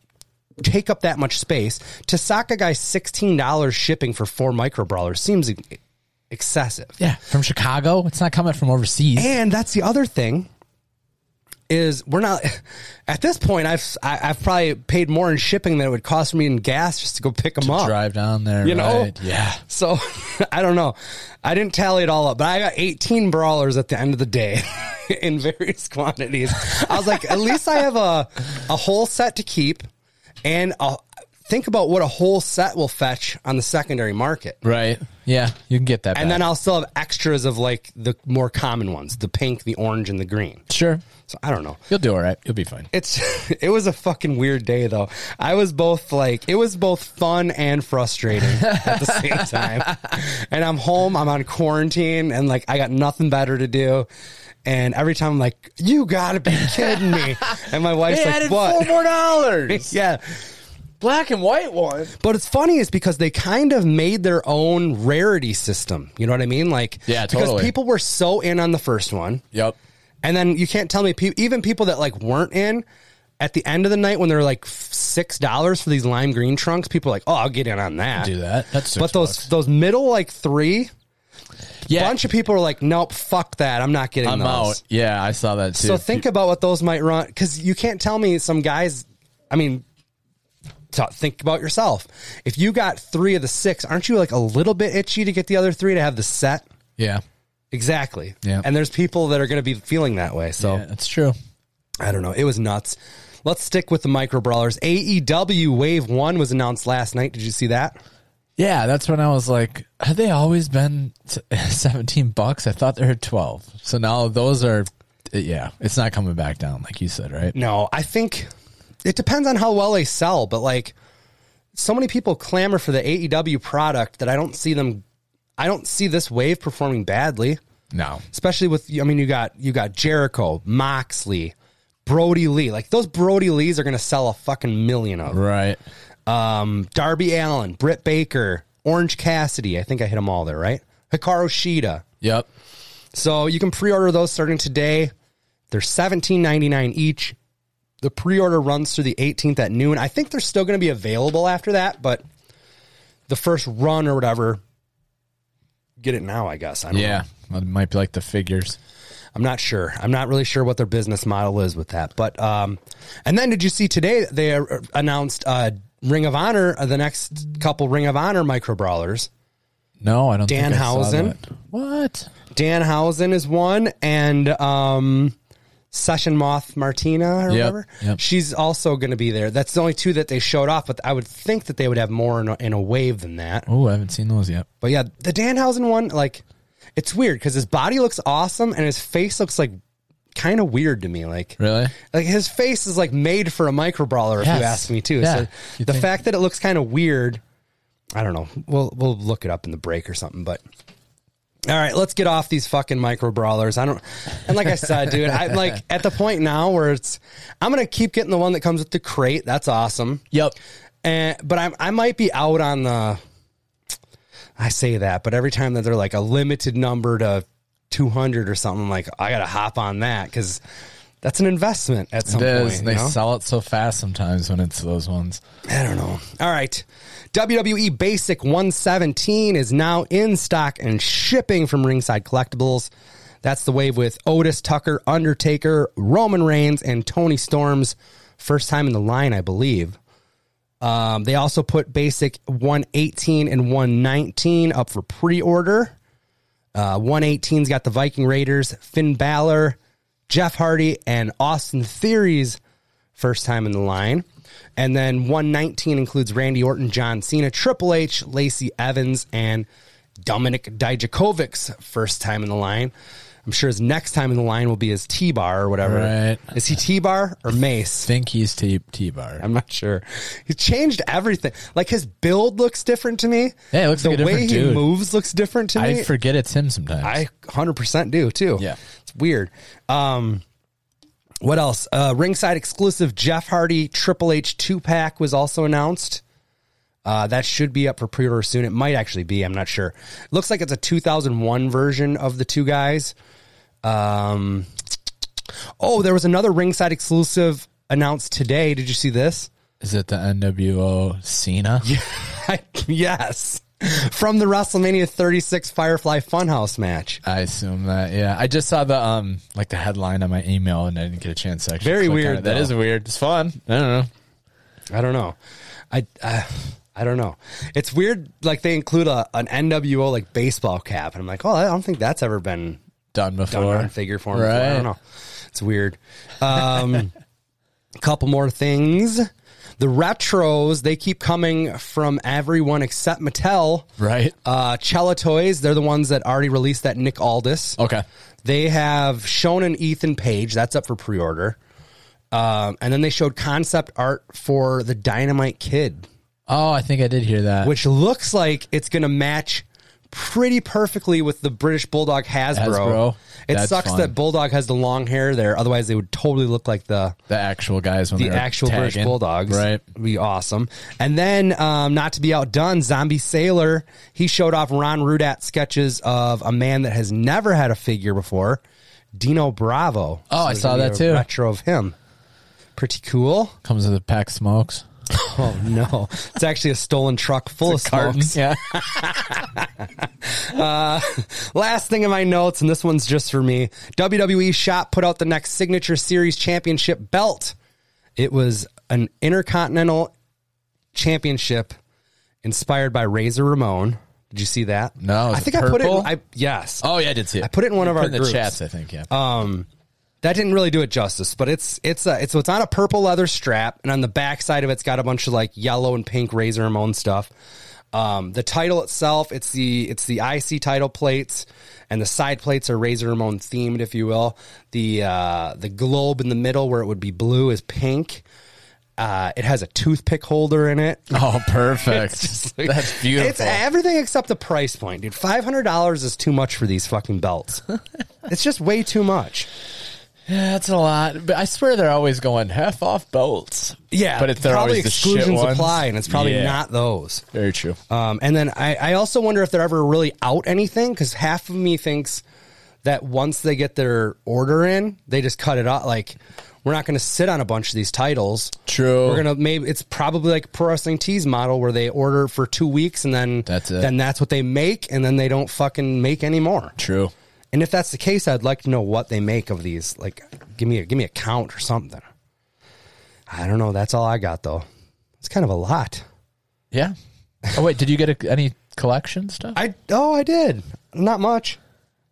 Speaker 1: take up that much space. To sock a guy sixteen dollars shipping for four micro brawlers seems e- excessive.
Speaker 2: Yeah. From Chicago. It's not coming from overseas.
Speaker 1: And that's the other thing is we're not at this point. I've I, I've probably paid more in shipping than it would cost me in gas just to go pick them up.
Speaker 2: Drive down there.
Speaker 1: You know?
Speaker 2: right. Yeah.
Speaker 1: So I don't know. I didn't tally it all up, but I got 18 brawlers at the end of the day in various quantities. I was like, at least I have a a whole set to keep, and i think about what a whole set will fetch on the secondary market.
Speaker 2: Right. Yeah. You can get that.
Speaker 1: And
Speaker 2: back.
Speaker 1: then I'll still have extras of like the more common ones, the pink, the orange, and the green.
Speaker 2: Sure.
Speaker 1: So I don't know.
Speaker 2: You'll do all right. You'll be fine.
Speaker 1: It's it was a fucking weird day though. I was both like it was both fun and frustrating at the same time. And I'm home, I'm on quarantine and like I got nothing better to do. And every time I'm like, "You got to be kidding me." And my wife's like, "What?"
Speaker 2: more dollars.
Speaker 1: yeah.
Speaker 2: Black and white one.
Speaker 1: But it's funny is because they kind of made their own rarity system. You know what I mean? Like
Speaker 2: Yeah,
Speaker 1: because
Speaker 2: totally.
Speaker 1: people were so in on the first one.
Speaker 2: Yep.
Speaker 1: And then you can't tell me pe- even people that like weren't in at the end of the night when they're like six dollars for these lime green trunks, people are like, oh, I'll get in on that.
Speaker 2: Do that. That's six
Speaker 1: But those
Speaker 2: bucks.
Speaker 1: those middle like three,
Speaker 2: yeah.
Speaker 1: bunch of people are like, nope, fuck that, I'm not getting
Speaker 2: I'm
Speaker 1: those.
Speaker 2: out. Yeah, I saw that too.
Speaker 1: So think about what those might run because you can't tell me some guys. I mean, t- think about yourself. If you got three of the six, aren't you like a little bit itchy to get the other three to have the set?
Speaker 2: Yeah.
Speaker 1: Exactly.
Speaker 2: Yeah.
Speaker 1: And there's people that are going to be feeling that way. So
Speaker 2: Yeah, that's true.
Speaker 1: I don't know. It was nuts. Let's stick with the micro brawlers. AEW Wave One was announced last night. Did you see that?
Speaker 2: Yeah, that's when I was like, have they always been s- 17 bucks? I thought they were 12. So now those are, eh, yeah, it's not coming back down, like you said, right?
Speaker 1: No, I think it depends on how well they sell, but like so many people clamor for the AEW product that I don't see them I don't see this wave performing badly,
Speaker 2: No.
Speaker 1: especially with I mean you got you got Jericho, Moxley, Brody Lee. Like those Brody Lees are going to sell a fucking million of.
Speaker 2: Right.
Speaker 1: Um Darby Allen, Britt Baker, Orange Cassidy. I think I hit them all there, right? Hikaru Shida.
Speaker 2: Yep.
Speaker 1: So you can pre-order those starting today. They're $17.99 each. The pre-order runs through the 18th at noon. I think they're still going to be available after that, but the first run or whatever, get it now. I guess. I don't
Speaker 2: Yeah.
Speaker 1: know.
Speaker 2: It might be like the figures.
Speaker 1: I'm not sure. I'm not really sure what their business model is with that. But um, and then did you see today they uh, announced uh, Ring of Honor, uh, the next couple Ring of Honor micro brawlers.
Speaker 2: No, I don't think I saw
Speaker 1: Danhausen?
Speaker 2: that. What?
Speaker 1: Danhausen is one, and um, Session Moth Martina or
Speaker 2: Yep,
Speaker 1: whatever.
Speaker 2: yep.
Speaker 1: She's also going to be there. That's the only two that they showed off, but I would think that they would have more in a, in a wave than that.
Speaker 2: Oh, I haven't seen those yet.
Speaker 1: But yeah, the Danhausen one, like, it's weird because his body looks awesome and his face looks like kind of weird to me. Like,
Speaker 2: Really?
Speaker 1: like his face is like made for a micro brawler, if
Speaker 2: Yes.
Speaker 1: you ask me too.
Speaker 2: Yeah.
Speaker 1: So
Speaker 2: You
Speaker 1: the
Speaker 2: think-
Speaker 1: fact that it looks kind of weird, I don't know. We'll we'll look it up in the break or something. But all right, let's get off these fucking micro brawlers. I don't. And like I said, dude, I'm like at the point now where it's I'm gonna keep getting the one that comes with the crate. That's awesome.
Speaker 2: Yep.
Speaker 1: And but I'm I might be out on the. I say that, but every time that they're like a limited number to 200 or something, I'm like I gotta hop on that because that's an investment at some
Speaker 2: It is.
Speaker 1: point.
Speaker 2: they
Speaker 1: you know?
Speaker 2: sell it so fast sometimes when it's those ones.
Speaker 1: I don't know. All right. WWE Basic 117 is now in stock and shipping from Ringside Collectibles. That's the wave with Otis Tucker, Undertaker, Roman Reigns, and Tony Storm's first time in the line, I believe. Um, they also put Basic 118 and 119 up for pre order. Uh, 118's got the Viking Raiders, Finn Balor, Jeff Hardy, and Austin Theories first time in the line. And then 119 includes Randy Orton, John Cena, Triple H, Lacey Evans, and Dominic Dijakovic's first time in the line. I'm sure his next time in the line will be his T bar or whatever.
Speaker 2: Right.
Speaker 1: Is he T bar or Mace?
Speaker 2: Think he's T bar.
Speaker 1: I'm not sure. He changed everything. Like his build looks different to me.
Speaker 2: Yeah, it looks
Speaker 1: the
Speaker 2: like a
Speaker 1: way
Speaker 2: different
Speaker 1: he
Speaker 2: dude.
Speaker 1: moves looks different to me.
Speaker 2: I forget it's him sometimes.
Speaker 1: I 100% do too.
Speaker 2: Yeah.
Speaker 1: It's weird. Um, what else? Uh, ringside exclusive Jeff Hardy Triple H two pack was also announced. Uh, that should be up for pre order soon. It might actually be. I'm not sure. Looks like it's a 2001 version of the two guys. Um, oh, there was another ringside exclusive announced today. Did you see this?
Speaker 2: Is it the NWO Cena? Yeah.
Speaker 1: yes. From the WrestleMania 36 Firefly Funhouse match.
Speaker 2: I assume that. Yeah, I just saw the um like the headline on my email and I didn't get a chance to actually.
Speaker 1: Very
Speaker 2: click on
Speaker 1: weird,
Speaker 2: it. That
Speaker 1: though.
Speaker 2: is weird. It's fun. I don't know.
Speaker 1: I don't know. I uh, I don't know. It's weird. Like they include a an NWO like baseball cap, and I'm like, oh, I don't think that's ever been
Speaker 2: Done
Speaker 1: done
Speaker 2: before.
Speaker 1: on figure form.
Speaker 2: Right.
Speaker 1: before. I don't know. It's weird. Um, a couple more things. The retros they keep coming from everyone except Mattel.
Speaker 2: Right.
Speaker 1: Uh, Cella Toys, they're the ones that already released that Nick Aldis.
Speaker 2: Uh, okay.
Speaker 1: They have shown an Ethan Page that's up for pre-order, um, and then they showed concept art for the Dynamite Kid,
Speaker 2: Oh, I think I did hear that.
Speaker 1: which looks like it's going to match pretty perfectly with the British Bulldog Hasbro.
Speaker 2: Hasbro.
Speaker 1: It
Speaker 2: That's
Speaker 1: sucks
Speaker 2: fun.
Speaker 1: that Bulldog has the long hair there; otherwise, they would totally look like the
Speaker 2: the actual guys when
Speaker 1: the
Speaker 2: they're
Speaker 1: actual
Speaker 2: tagging.
Speaker 1: British Bulldogs.
Speaker 2: Right.
Speaker 1: Would be awesome. And then, um, not to be outdone, Zombie Sailor, he showed off Ron Rudat sketches of a man that has never had a figure before, Dino Bravo.
Speaker 2: Oh, I
Speaker 1: there's
Speaker 2: saw
Speaker 1: gonna be
Speaker 2: that
Speaker 1: a
Speaker 2: too.
Speaker 1: Retro of him. Pretty cool.
Speaker 2: Comes with a pack of smokes.
Speaker 1: Oh, no. It's actually a stolen truck full of smokes.
Speaker 2: Yeah.
Speaker 1: Last thing in my notes, and this one's just for me. WWE Shop put out the next Signature Series Championship belt. It was an Intercontinental Championship inspired by Razor Ramon. Did you see that?
Speaker 2: No, is
Speaker 1: I
Speaker 2: it
Speaker 1: think I put it.
Speaker 2: purple?
Speaker 1: I yes,
Speaker 2: Oh yeah, I did see it. I
Speaker 1: put it in one of our
Speaker 2: in the
Speaker 1: groups.
Speaker 2: chats. I think yeah.
Speaker 1: that didn't really do it justice, but it's it's a, it's so it's on a purple leather strap, and on the back side of it's got a bunch of like yellow and pink Razor Ramon stuff. Um, the title itself, it's the it's the IC title plates, and the side plates are Razor Ramon themed, if you will. The uh, the globe in the middle where it would be blue is pink. Uh, it has a toothpick holder in it.
Speaker 2: oh, perfect.
Speaker 1: Like,
Speaker 2: That's beautiful.
Speaker 1: It's everything except the price point, dude. Five hundred dollars is too much for these fucking belts. it's just way too much.
Speaker 2: yeah, that's a lot. But I swear they're always going half off belts.
Speaker 1: Yeah,
Speaker 2: but if they're
Speaker 1: probably
Speaker 2: always the shit
Speaker 1: exclusions
Speaker 2: ones-
Speaker 1: apply, and it's probably
Speaker 2: Yeah.
Speaker 1: not those.
Speaker 2: Very true.
Speaker 1: Um, and then I, I also wonder if they're ever really out anything because half of me thinks that once they get their order in, they just cut it off. Like we're not going to sit on a bunch of these titles.
Speaker 2: True.
Speaker 1: We're gonna maybe it's probably like pro wrestling tees model where they order for two weeks and then
Speaker 2: That's it.
Speaker 1: Then that's what they make, and then they don't fucking make any more.
Speaker 2: True.
Speaker 1: And if that's the case, I'd like to know what they make of these. Like, give me a give me a count or something. I don't know. That's all I got though. It's kind of a lot.
Speaker 2: Yeah. Oh wait, did you get a, any collection stuff?
Speaker 1: I oh I did not much,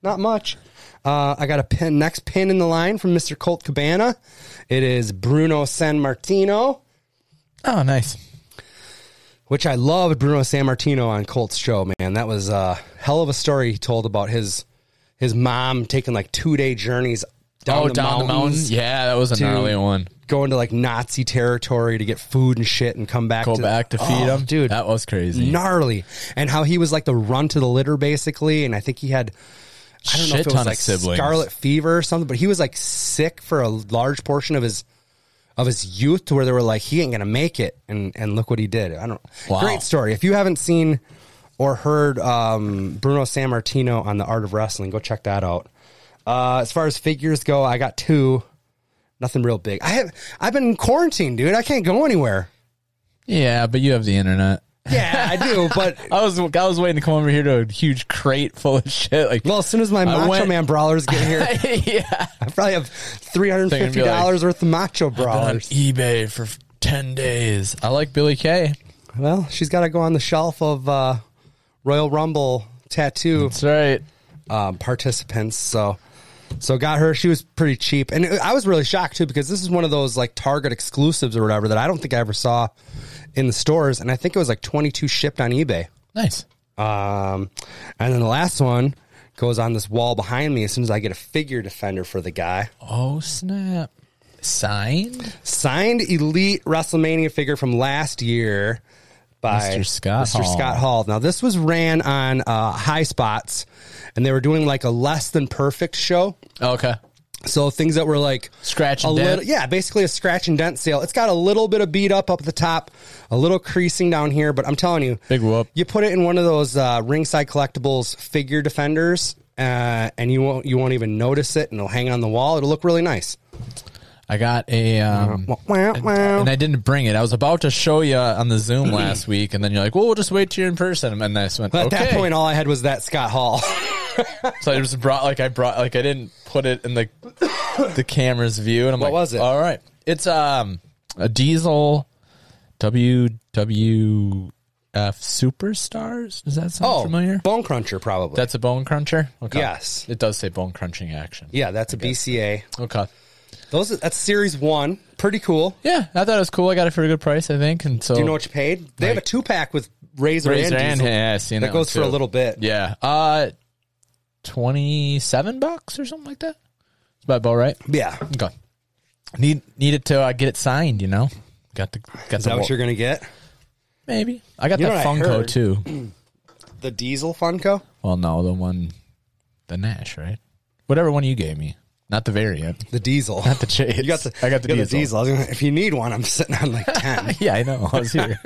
Speaker 1: not much. Uh, I got a pin next pin in the line from Mister Colt Cabana. It is Bruno San Martino,
Speaker 2: oh, nice.
Speaker 1: which I loved Bruno San Martino on Colt's show. Man, that was a hell of a story he told about his his mom taking like two day journeys down,
Speaker 2: oh,
Speaker 1: the,
Speaker 2: down the mountain.
Speaker 1: mountains.
Speaker 2: Yeah, that was a
Speaker 1: to-
Speaker 2: gnarly one.
Speaker 1: going to like Nazi territory to get food and shit and come back
Speaker 2: Go
Speaker 1: to,
Speaker 2: back to feed
Speaker 1: Oh,
Speaker 2: them,
Speaker 1: dude. Mm.
Speaker 2: That was crazy.
Speaker 1: gnarly. And how he was like the run to the litter basically and I think he had I don't know
Speaker 2: Shit
Speaker 1: if it
Speaker 2: ton
Speaker 1: was
Speaker 2: of
Speaker 1: like
Speaker 2: siblings.
Speaker 1: scarlet fever or something, but he was like sick for a large portion of his of his youth to where they were like he ain't going to make it and and look what he did. I don't
Speaker 2: Wow.
Speaker 1: Great story. If you haven't seen or heard um, Bruno San Martino on the Art of Wrestling, go check that out. Uh, as far as figures go, I got two. Nothing real big. I have I've been quarantined, dude. I can't go anywhere.
Speaker 2: Yeah, but you have the internet.
Speaker 1: Yeah, I do, but
Speaker 2: I was I was waiting to come over here to a huge crate full of shit. Like,
Speaker 1: well, as soon as my Macho
Speaker 2: went-
Speaker 1: Man brawlers get here,
Speaker 2: yeah,
Speaker 1: I probably have three hundred
Speaker 2: They're gonna
Speaker 1: fifty
Speaker 2: be like-
Speaker 1: dollars worth of Macho
Speaker 2: on
Speaker 1: brawlers.
Speaker 2: eBay for ten days. I like Billy Kay.
Speaker 1: Well, she's got to go on the shelf of uh, Royal Rumble tattoo
Speaker 2: That's right.
Speaker 1: um, participants. So, so got her. She was pretty cheap, and I was really shocked too because this is one of those like Target exclusives or whatever that I don't think I ever saw in the stores, and I think it was like twenty two shipped on eBay.
Speaker 2: Nice.
Speaker 1: Um, and then the last one goes on this wall behind me as soon as I get a figure defender for the guy.
Speaker 2: Oh snap! Signed,
Speaker 1: Signed elite WrestleMania figure from last year by
Speaker 2: Mr. Scott
Speaker 1: Mr.
Speaker 2: Hall.
Speaker 1: Scott Hall. Now this was ran on uh, High Spots, and they were doing like a less than perfect show.
Speaker 2: Okay.
Speaker 1: So things that were like
Speaker 2: Scratch
Speaker 1: a
Speaker 2: and dent.
Speaker 1: little, yeah, basically a scratch and dent sale. It's got a little bit of beat up up at the top, a little creasing down here, but I'm telling you,
Speaker 2: Big whoop.
Speaker 1: You put it in one of those uh, ringside collectibles figure defenders, uh, and you won't you won't even notice it, and it'll hang on the wall. It'll look really nice.
Speaker 2: I got a um,
Speaker 1: Wah, wah, wah.
Speaker 2: and I didn't bring it. I was about to show you on the Zoom last week, and then you're like, "Well, we'll just wait till you're in person." And I just went,
Speaker 1: But at
Speaker 2: "Okay."
Speaker 1: that point, all I had was that Scott Hall.
Speaker 2: so I just brought like I brought like I didn't put it in the the camera's view, and I'm like,
Speaker 1: was it?
Speaker 2: All right, it's um a diesel WWF Superstars. Does that sound familiar?
Speaker 1: Oh. Bone Cruncher probably.
Speaker 2: That's a bone cruncher. Okay.
Speaker 1: Yes.
Speaker 2: it does say bone crunching action.
Speaker 1: yeah, that's a BCA.
Speaker 2: Okay.
Speaker 1: Those that's series one. Pretty cool.
Speaker 2: Yeah, I thought it was cool. I got it for a good price, I think. And so
Speaker 1: Do you know what you paid? They have a
Speaker 2: Like-
Speaker 1: two pack with Oh. Razor,
Speaker 2: Razor
Speaker 1: and
Speaker 2: and
Speaker 1: Diesel.
Speaker 2: yeah, I seen
Speaker 1: that,
Speaker 2: that, one,
Speaker 1: goes for a
Speaker 2: too.
Speaker 1: little bit.
Speaker 2: Yeah. Uh, twenty seven bucks or something like that. It's about about right.
Speaker 1: Yeah.
Speaker 2: Okay. Need need it to uh, get it signed. You know. Got the got
Speaker 1: Is
Speaker 2: the
Speaker 1: that
Speaker 2: wa-
Speaker 1: what you're going to get?
Speaker 2: maybe. I got
Speaker 1: You know
Speaker 2: that
Speaker 1: what I
Speaker 2: Funko
Speaker 1: heard?
Speaker 2: too.
Speaker 1: The Diesel Funko?
Speaker 2: Well, no, the one, the Nash, right? Whatever one you gave me, not the variant.
Speaker 1: The Diesel.
Speaker 2: The chase.
Speaker 1: You got the,
Speaker 2: I got the
Speaker 1: you
Speaker 2: diesel.
Speaker 1: I was gonna- if you need one, I'm sitting on like 10.
Speaker 2: Yeah, I know. I was here.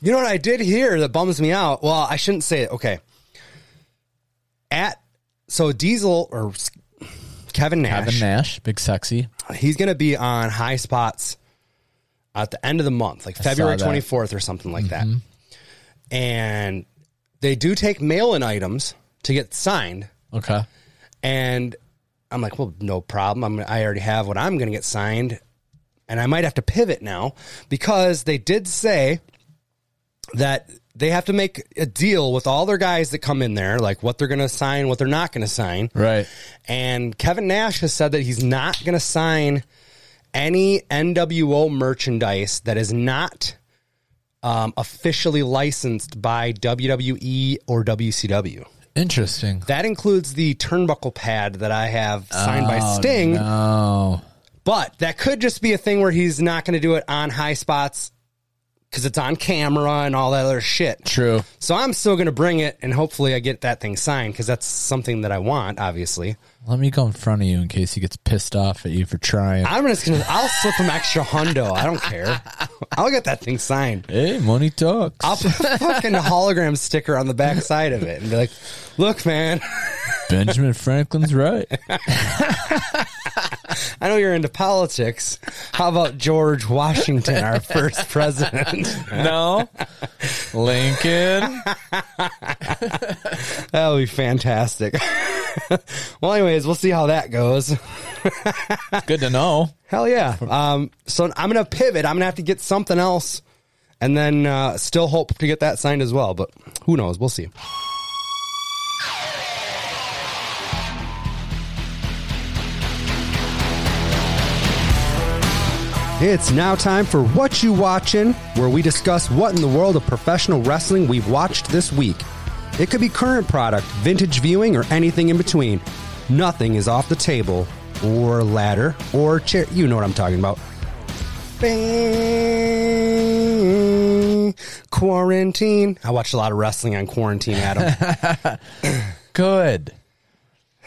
Speaker 1: you know what I did hear that bums me out? Well, I shouldn't say it. Okay. At, so Diesel or s- Kevin Nash,
Speaker 2: Kevin Nash, big sexy.
Speaker 1: he's going to be on High Spots at the end of the month, like
Speaker 2: saw
Speaker 1: February
Speaker 2: that. Mm-hmm.
Speaker 1: 24th or something like that. And they do take mail in items to get signed.
Speaker 2: Okay.
Speaker 1: And I'm like, well, no problem. I'm, I already have what I'm going to get signed. and I might have to pivot now because they did say that they have to make a deal with all their guys that come in there, like what they're going to sign, what they're not going to sign.
Speaker 2: Right.
Speaker 1: And Kevin Nash has said that he's not going to sign any NWO merchandise that is not um, officially licensed by WWE or WCW.
Speaker 2: Interesting.
Speaker 1: That includes the turnbuckle pad that I have signed by Sting,
Speaker 2: Oh.
Speaker 1: but that could just be a thing where he's not going to do it on high spots because it's on camera and all that other shit.
Speaker 2: True.
Speaker 1: So I'm still going to bring it, and hopefully I get that thing signed because that's something that I want, obviously.
Speaker 2: Let me go in front of you in case he gets pissed off at you for trying.
Speaker 1: I'm just gonna. I'll slip him extra hundo. I don't care. I'll get that thing signed.
Speaker 2: hey, money talks.
Speaker 1: I'll put a fucking hologram sticker on the back side of it and be like, "Look, man,
Speaker 2: Benjamin Franklin's right.
Speaker 1: I know you're into politics. How about George Washington, our first president?
Speaker 2: no. Lincoln.
Speaker 1: That'll be fantastic." well, anyways, we'll see how that goes.
Speaker 2: Good to know.
Speaker 1: Hell yeah. Um, so I'm gonna pivot. I'm gonna have to get something else, and then uh, still hope to get that signed as well. But who knows? We'll see. It's now time for What You Watching, where we discuss what in the world of professional wrestling we've watched this week. It could be current product, vintage viewing, or anything in between. Nothing is off the table, or ladder, or chair. You know what I'm talking about. Bing. Quarantine. I watched a lot of wrestling on quarantine, Adam.
Speaker 2: Good.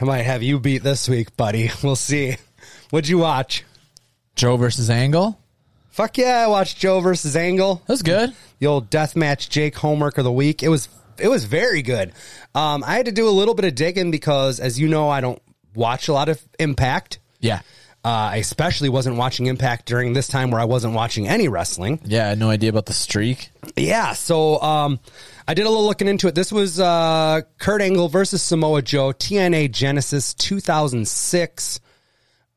Speaker 1: I might have you beat this week, buddy. We'll see. What'd you watch?
Speaker 2: Joe versus Angle.
Speaker 1: Fuck yeah, I watched Joe versus Angle.
Speaker 2: That's good.
Speaker 1: the old deathmatch Jake homework of the week. It was it was very good. Um, I had to do a little bit of digging because, as you know, I don't watch a lot of Impact.
Speaker 2: Yeah.
Speaker 1: Uh, I especially wasn't watching Impact during this time where I wasn't watching any wrestling.
Speaker 2: Yeah, I had no idea about the streak.
Speaker 1: Yeah, so um, I did a little looking into it. This was uh, Kurt Angle versus Samoa Joe, TNA Genesis 2006.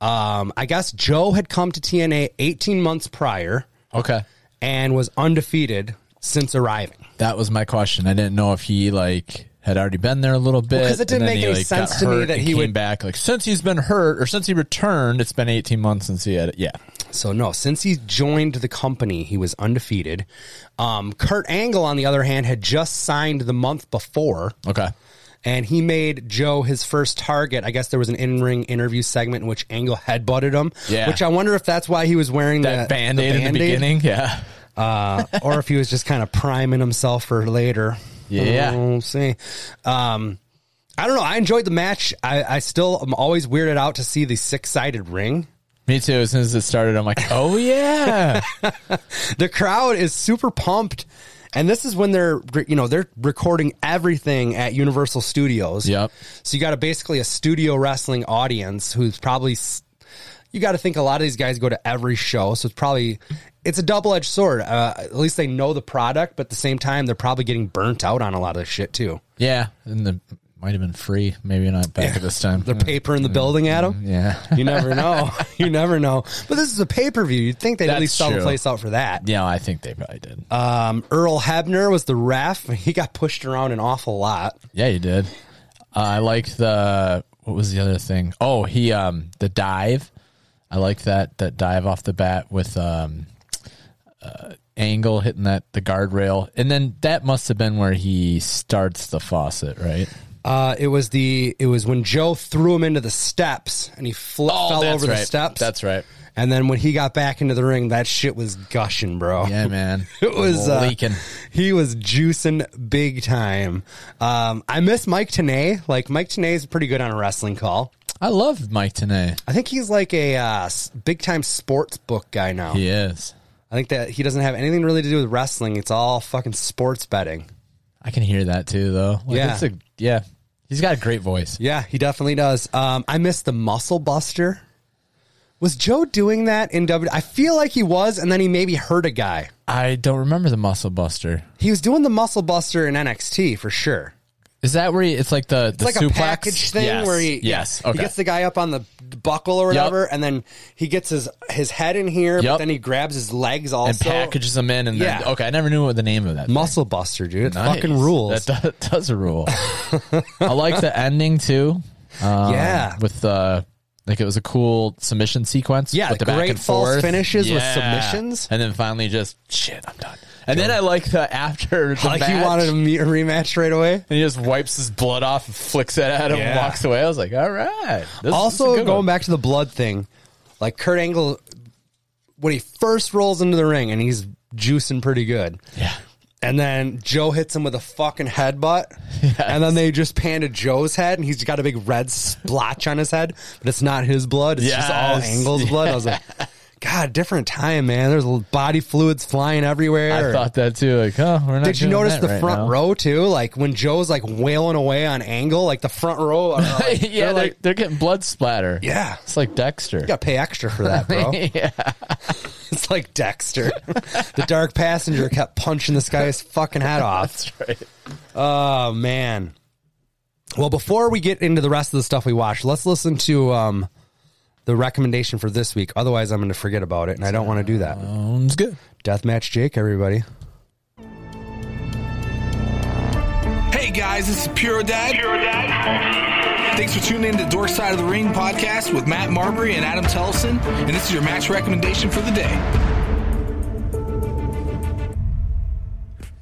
Speaker 1: Um, I guess Joe had come to TNA 18 months prior
Speaker 2: Okay.
Speaker 1: and was undefeated since arriving.
Speaker 2: That was my question. I didn't know if he like had already been there a little bit
Speaker 1: 'cause it didn't
Speaker 2: and then
Speaker 1: make
Speaker 2: he,
Speaker 1: any
Speaker 2: like, got
Speaker 1: sense to me
Speaker 2: hurt
Speaker 1: that
Speaker 2: and
Speaker 1: he
Speaker 2: came
Speaker 1: would-
Speaker 2: back like since he's been hurt or since he returned. It's been eighteen months since he had it. Yeah,
Speaker 1: So no, since he joined the company, he was undefeated. Um, Kurt Angle, on the other hand, had just signed the month before,
Speaker 2: okay,
Speaker 1: and he made Joe his first target. I guess there was an in-ring interview segment in which Angle headbutted him.
Speaker 2: Yeah.
Speaker 1: Which I wonder if that's why he was wearing
Speaker 2: that
Speaker 1: that the,
Speaker 2: band aid in the
Speaker 1: Band-Aid,
Speaker 2: beginning. Yeah,
Speaker 1: uh, or if he was just kind of priming himself for later. Uh,
Speaker 2: Yeah.
Speaker 1: We'll see. Um, I don't know. I enjoyed the match. I, I still am always weirded out to see the six-sided ring.
Speaker 2: me too. As soon as it started, I'm like, oh yeah,
Speaker 1: the crowd is super pumped and this is when they're you know they're recording everything at universal studios
Speaker 2: Yep.
Speaker 1: so you got a basically a studio wrestling audience who's probably s- you got to think a lot of these guys go to every show so it's probably it's a double-edged sword uh, at least they know the product but at the same time they're probably getting burnt out on a lot of this shit too
Speaker 2: yeah. And the might have been free, maybe not back at this time.
Speaker 1: they're paper in the building at them
Speaker 2: yeah,
Speaker 1: you never know you never know but this is a pay-per-view you'd think they'd at
Speaker 2: That's
Speaker 1: least sell the
Speaker 2: true.
Speaker 1: place out for that
Speaker 2: yeah. I think they probably did.
Speaker 1: Earl Hebner was the ref. He got pushed around an awful lot.
Speaker 2: Yeah, you did. Uh, I liked the what was the other thing? Oh, he um the dive. I like that that dive off the bat with um uh, angle hitting that the guardrail, and then that must have been where he starts the faucet, right?
Speaker 1: Uh, it was the it was when Joe threw him into the steps and he fl- fell over the steps.
Speaker 2: Oh, That's right.
Speaker 1: And then when he got back into the ring, that shit was gushing, bro.
Speaker 2: Yeah, man.
Speaker 1: It was uh,
Speaker 2: leaking.
Speaker 1: He was juicing big time. Um, I miss Mike Tanay. Like Mike Tanay is pretty good on a wrestling call.
Speaker 2: I love Mike Tanay.
Speaker 1: I think he's like a uh, big time sports book guy now.
Speaker 2: He is.
Speaker 1: I think that he doesn't have anything really to do with wrestling. It's all fucking sports betting.
Speaker 2: I can hear that too, though. Like,
Speaker 1: Yeah.
Speaker 2: it's a, yeah. He's got a great voice.
Speaker 1: Yeah, he definitely does. Um, I missed the muscle buster. Was Joe doing that in W? I feel like he was, and then he maybe hurt a guy.
Speaker 2: I don't remember the Muscle Buster.
Speaker 1: He was doing the muscle buster in NXT for sure.
Speaker 2: Is that where he, it's like the
Speaker 1: It's
Speaker 2: the
Speaker 1: like
Speaker 2: suplex?
Speaker 1: a package thing
Speaker 2: Yes,
Speaker 1: where he
Speaker 2: yes
Speaker 1: he
Speaker 2: okay
Speaker 1: gets the guy up on the buckle or whatever, and then he gets his his head in here, but
Speaker 2: Yep.
Speaker 1: then he grabs his legs also.
Speaker 2: and packages them in and then
Speaker 1: Yeah.
Speaker 2: okay I never knew what the name of that thing.
Speaker 1: Muscle Buster, dude. It
Speaker 2: Nice.
Speaker 1: fucking rules.
Speaker 2: That do- does rule. I like the ending too. Um,
Speaker 1: Yeah.
Speaker 2: with the like it was a cool submission sequence.
Speaker 1: Yeah,
Speaker 2: with the
Speaker 1: great
Speaker 2: back and
Speaker 1: false
Speaker 2: forth
Speaker 1: finishes with submissions.
Speaker 2: and then finally just shit, I'm done. And then I like the after the
Speaker 1: like
Speaker 2: match,
Speaker 1: you wanted a me- a rematch right away.
Speaker 2: and he just wipes his blood off and flicks it at him and
Speaker 1: Yeah.
Speaker 2: walks away. I was like, all right. This, this is a
Speaker 1: Also,
Speaker 2: good
Speaker 1: going
Speaker 2: one.
Speaker 1: back to the blood thing, like Kurt Angle, when he first rolls into the ring and he's juicing pretty good,
Speaker 2: yeah,
Speaker 1: and then Joe hits him with a fucking headbutt, and then they just pan to Joe's head, and he's got a big red splotch on his head, but it's not his blood; it's just all
Speaker 2: Yes.
Speaker 1: Angle's blood. I was like, God, different time, man. There's little body fluids flying everywhere.
Speaker 2: I thought that too. Like, oh, we're not.
Speaker 1: Did you
Speaker 2: doing
Speaker 1: notice
Speaker 2: that
Speaker 1: the
Speaker 2: right
Speaker 1: front
Speaker 2: now.
Speaker 1: row too? Like when Joe's like wailing away on Angle, like the front row. Are like, they're
Speaker 2: yeah, they're,
Speaker 1: like,
Speaker 2: they're getting blood splatter.
Speaker 1: yeah.
Speaker 2: it's like Dexter.
Speaker 1: You gotta pay extra for that, bro.
Speaker 2: yeah.
Speaker 1: It's like Dexter. the dark passenger kept punching this guy's fucking head off.
Speaker 2: That's right.
Speaker 1: Oh man. Well, before we get into the rest of the stuff we watched, let's listen to um, the recommendation for this week. Otherwise, I'm going to forget about it, and I don't want to do that.
Speaker 2: Sounds good.
Speaker 1: Deathmatch Jake, everybody.
Speaker 6: Hey guys, this is Pure Dad. Pure Dad. Thanks for tuning in to Dork Side of the Ring podcast with Matt Marbury and Adam Tellison, and this is your match recommendation for the day.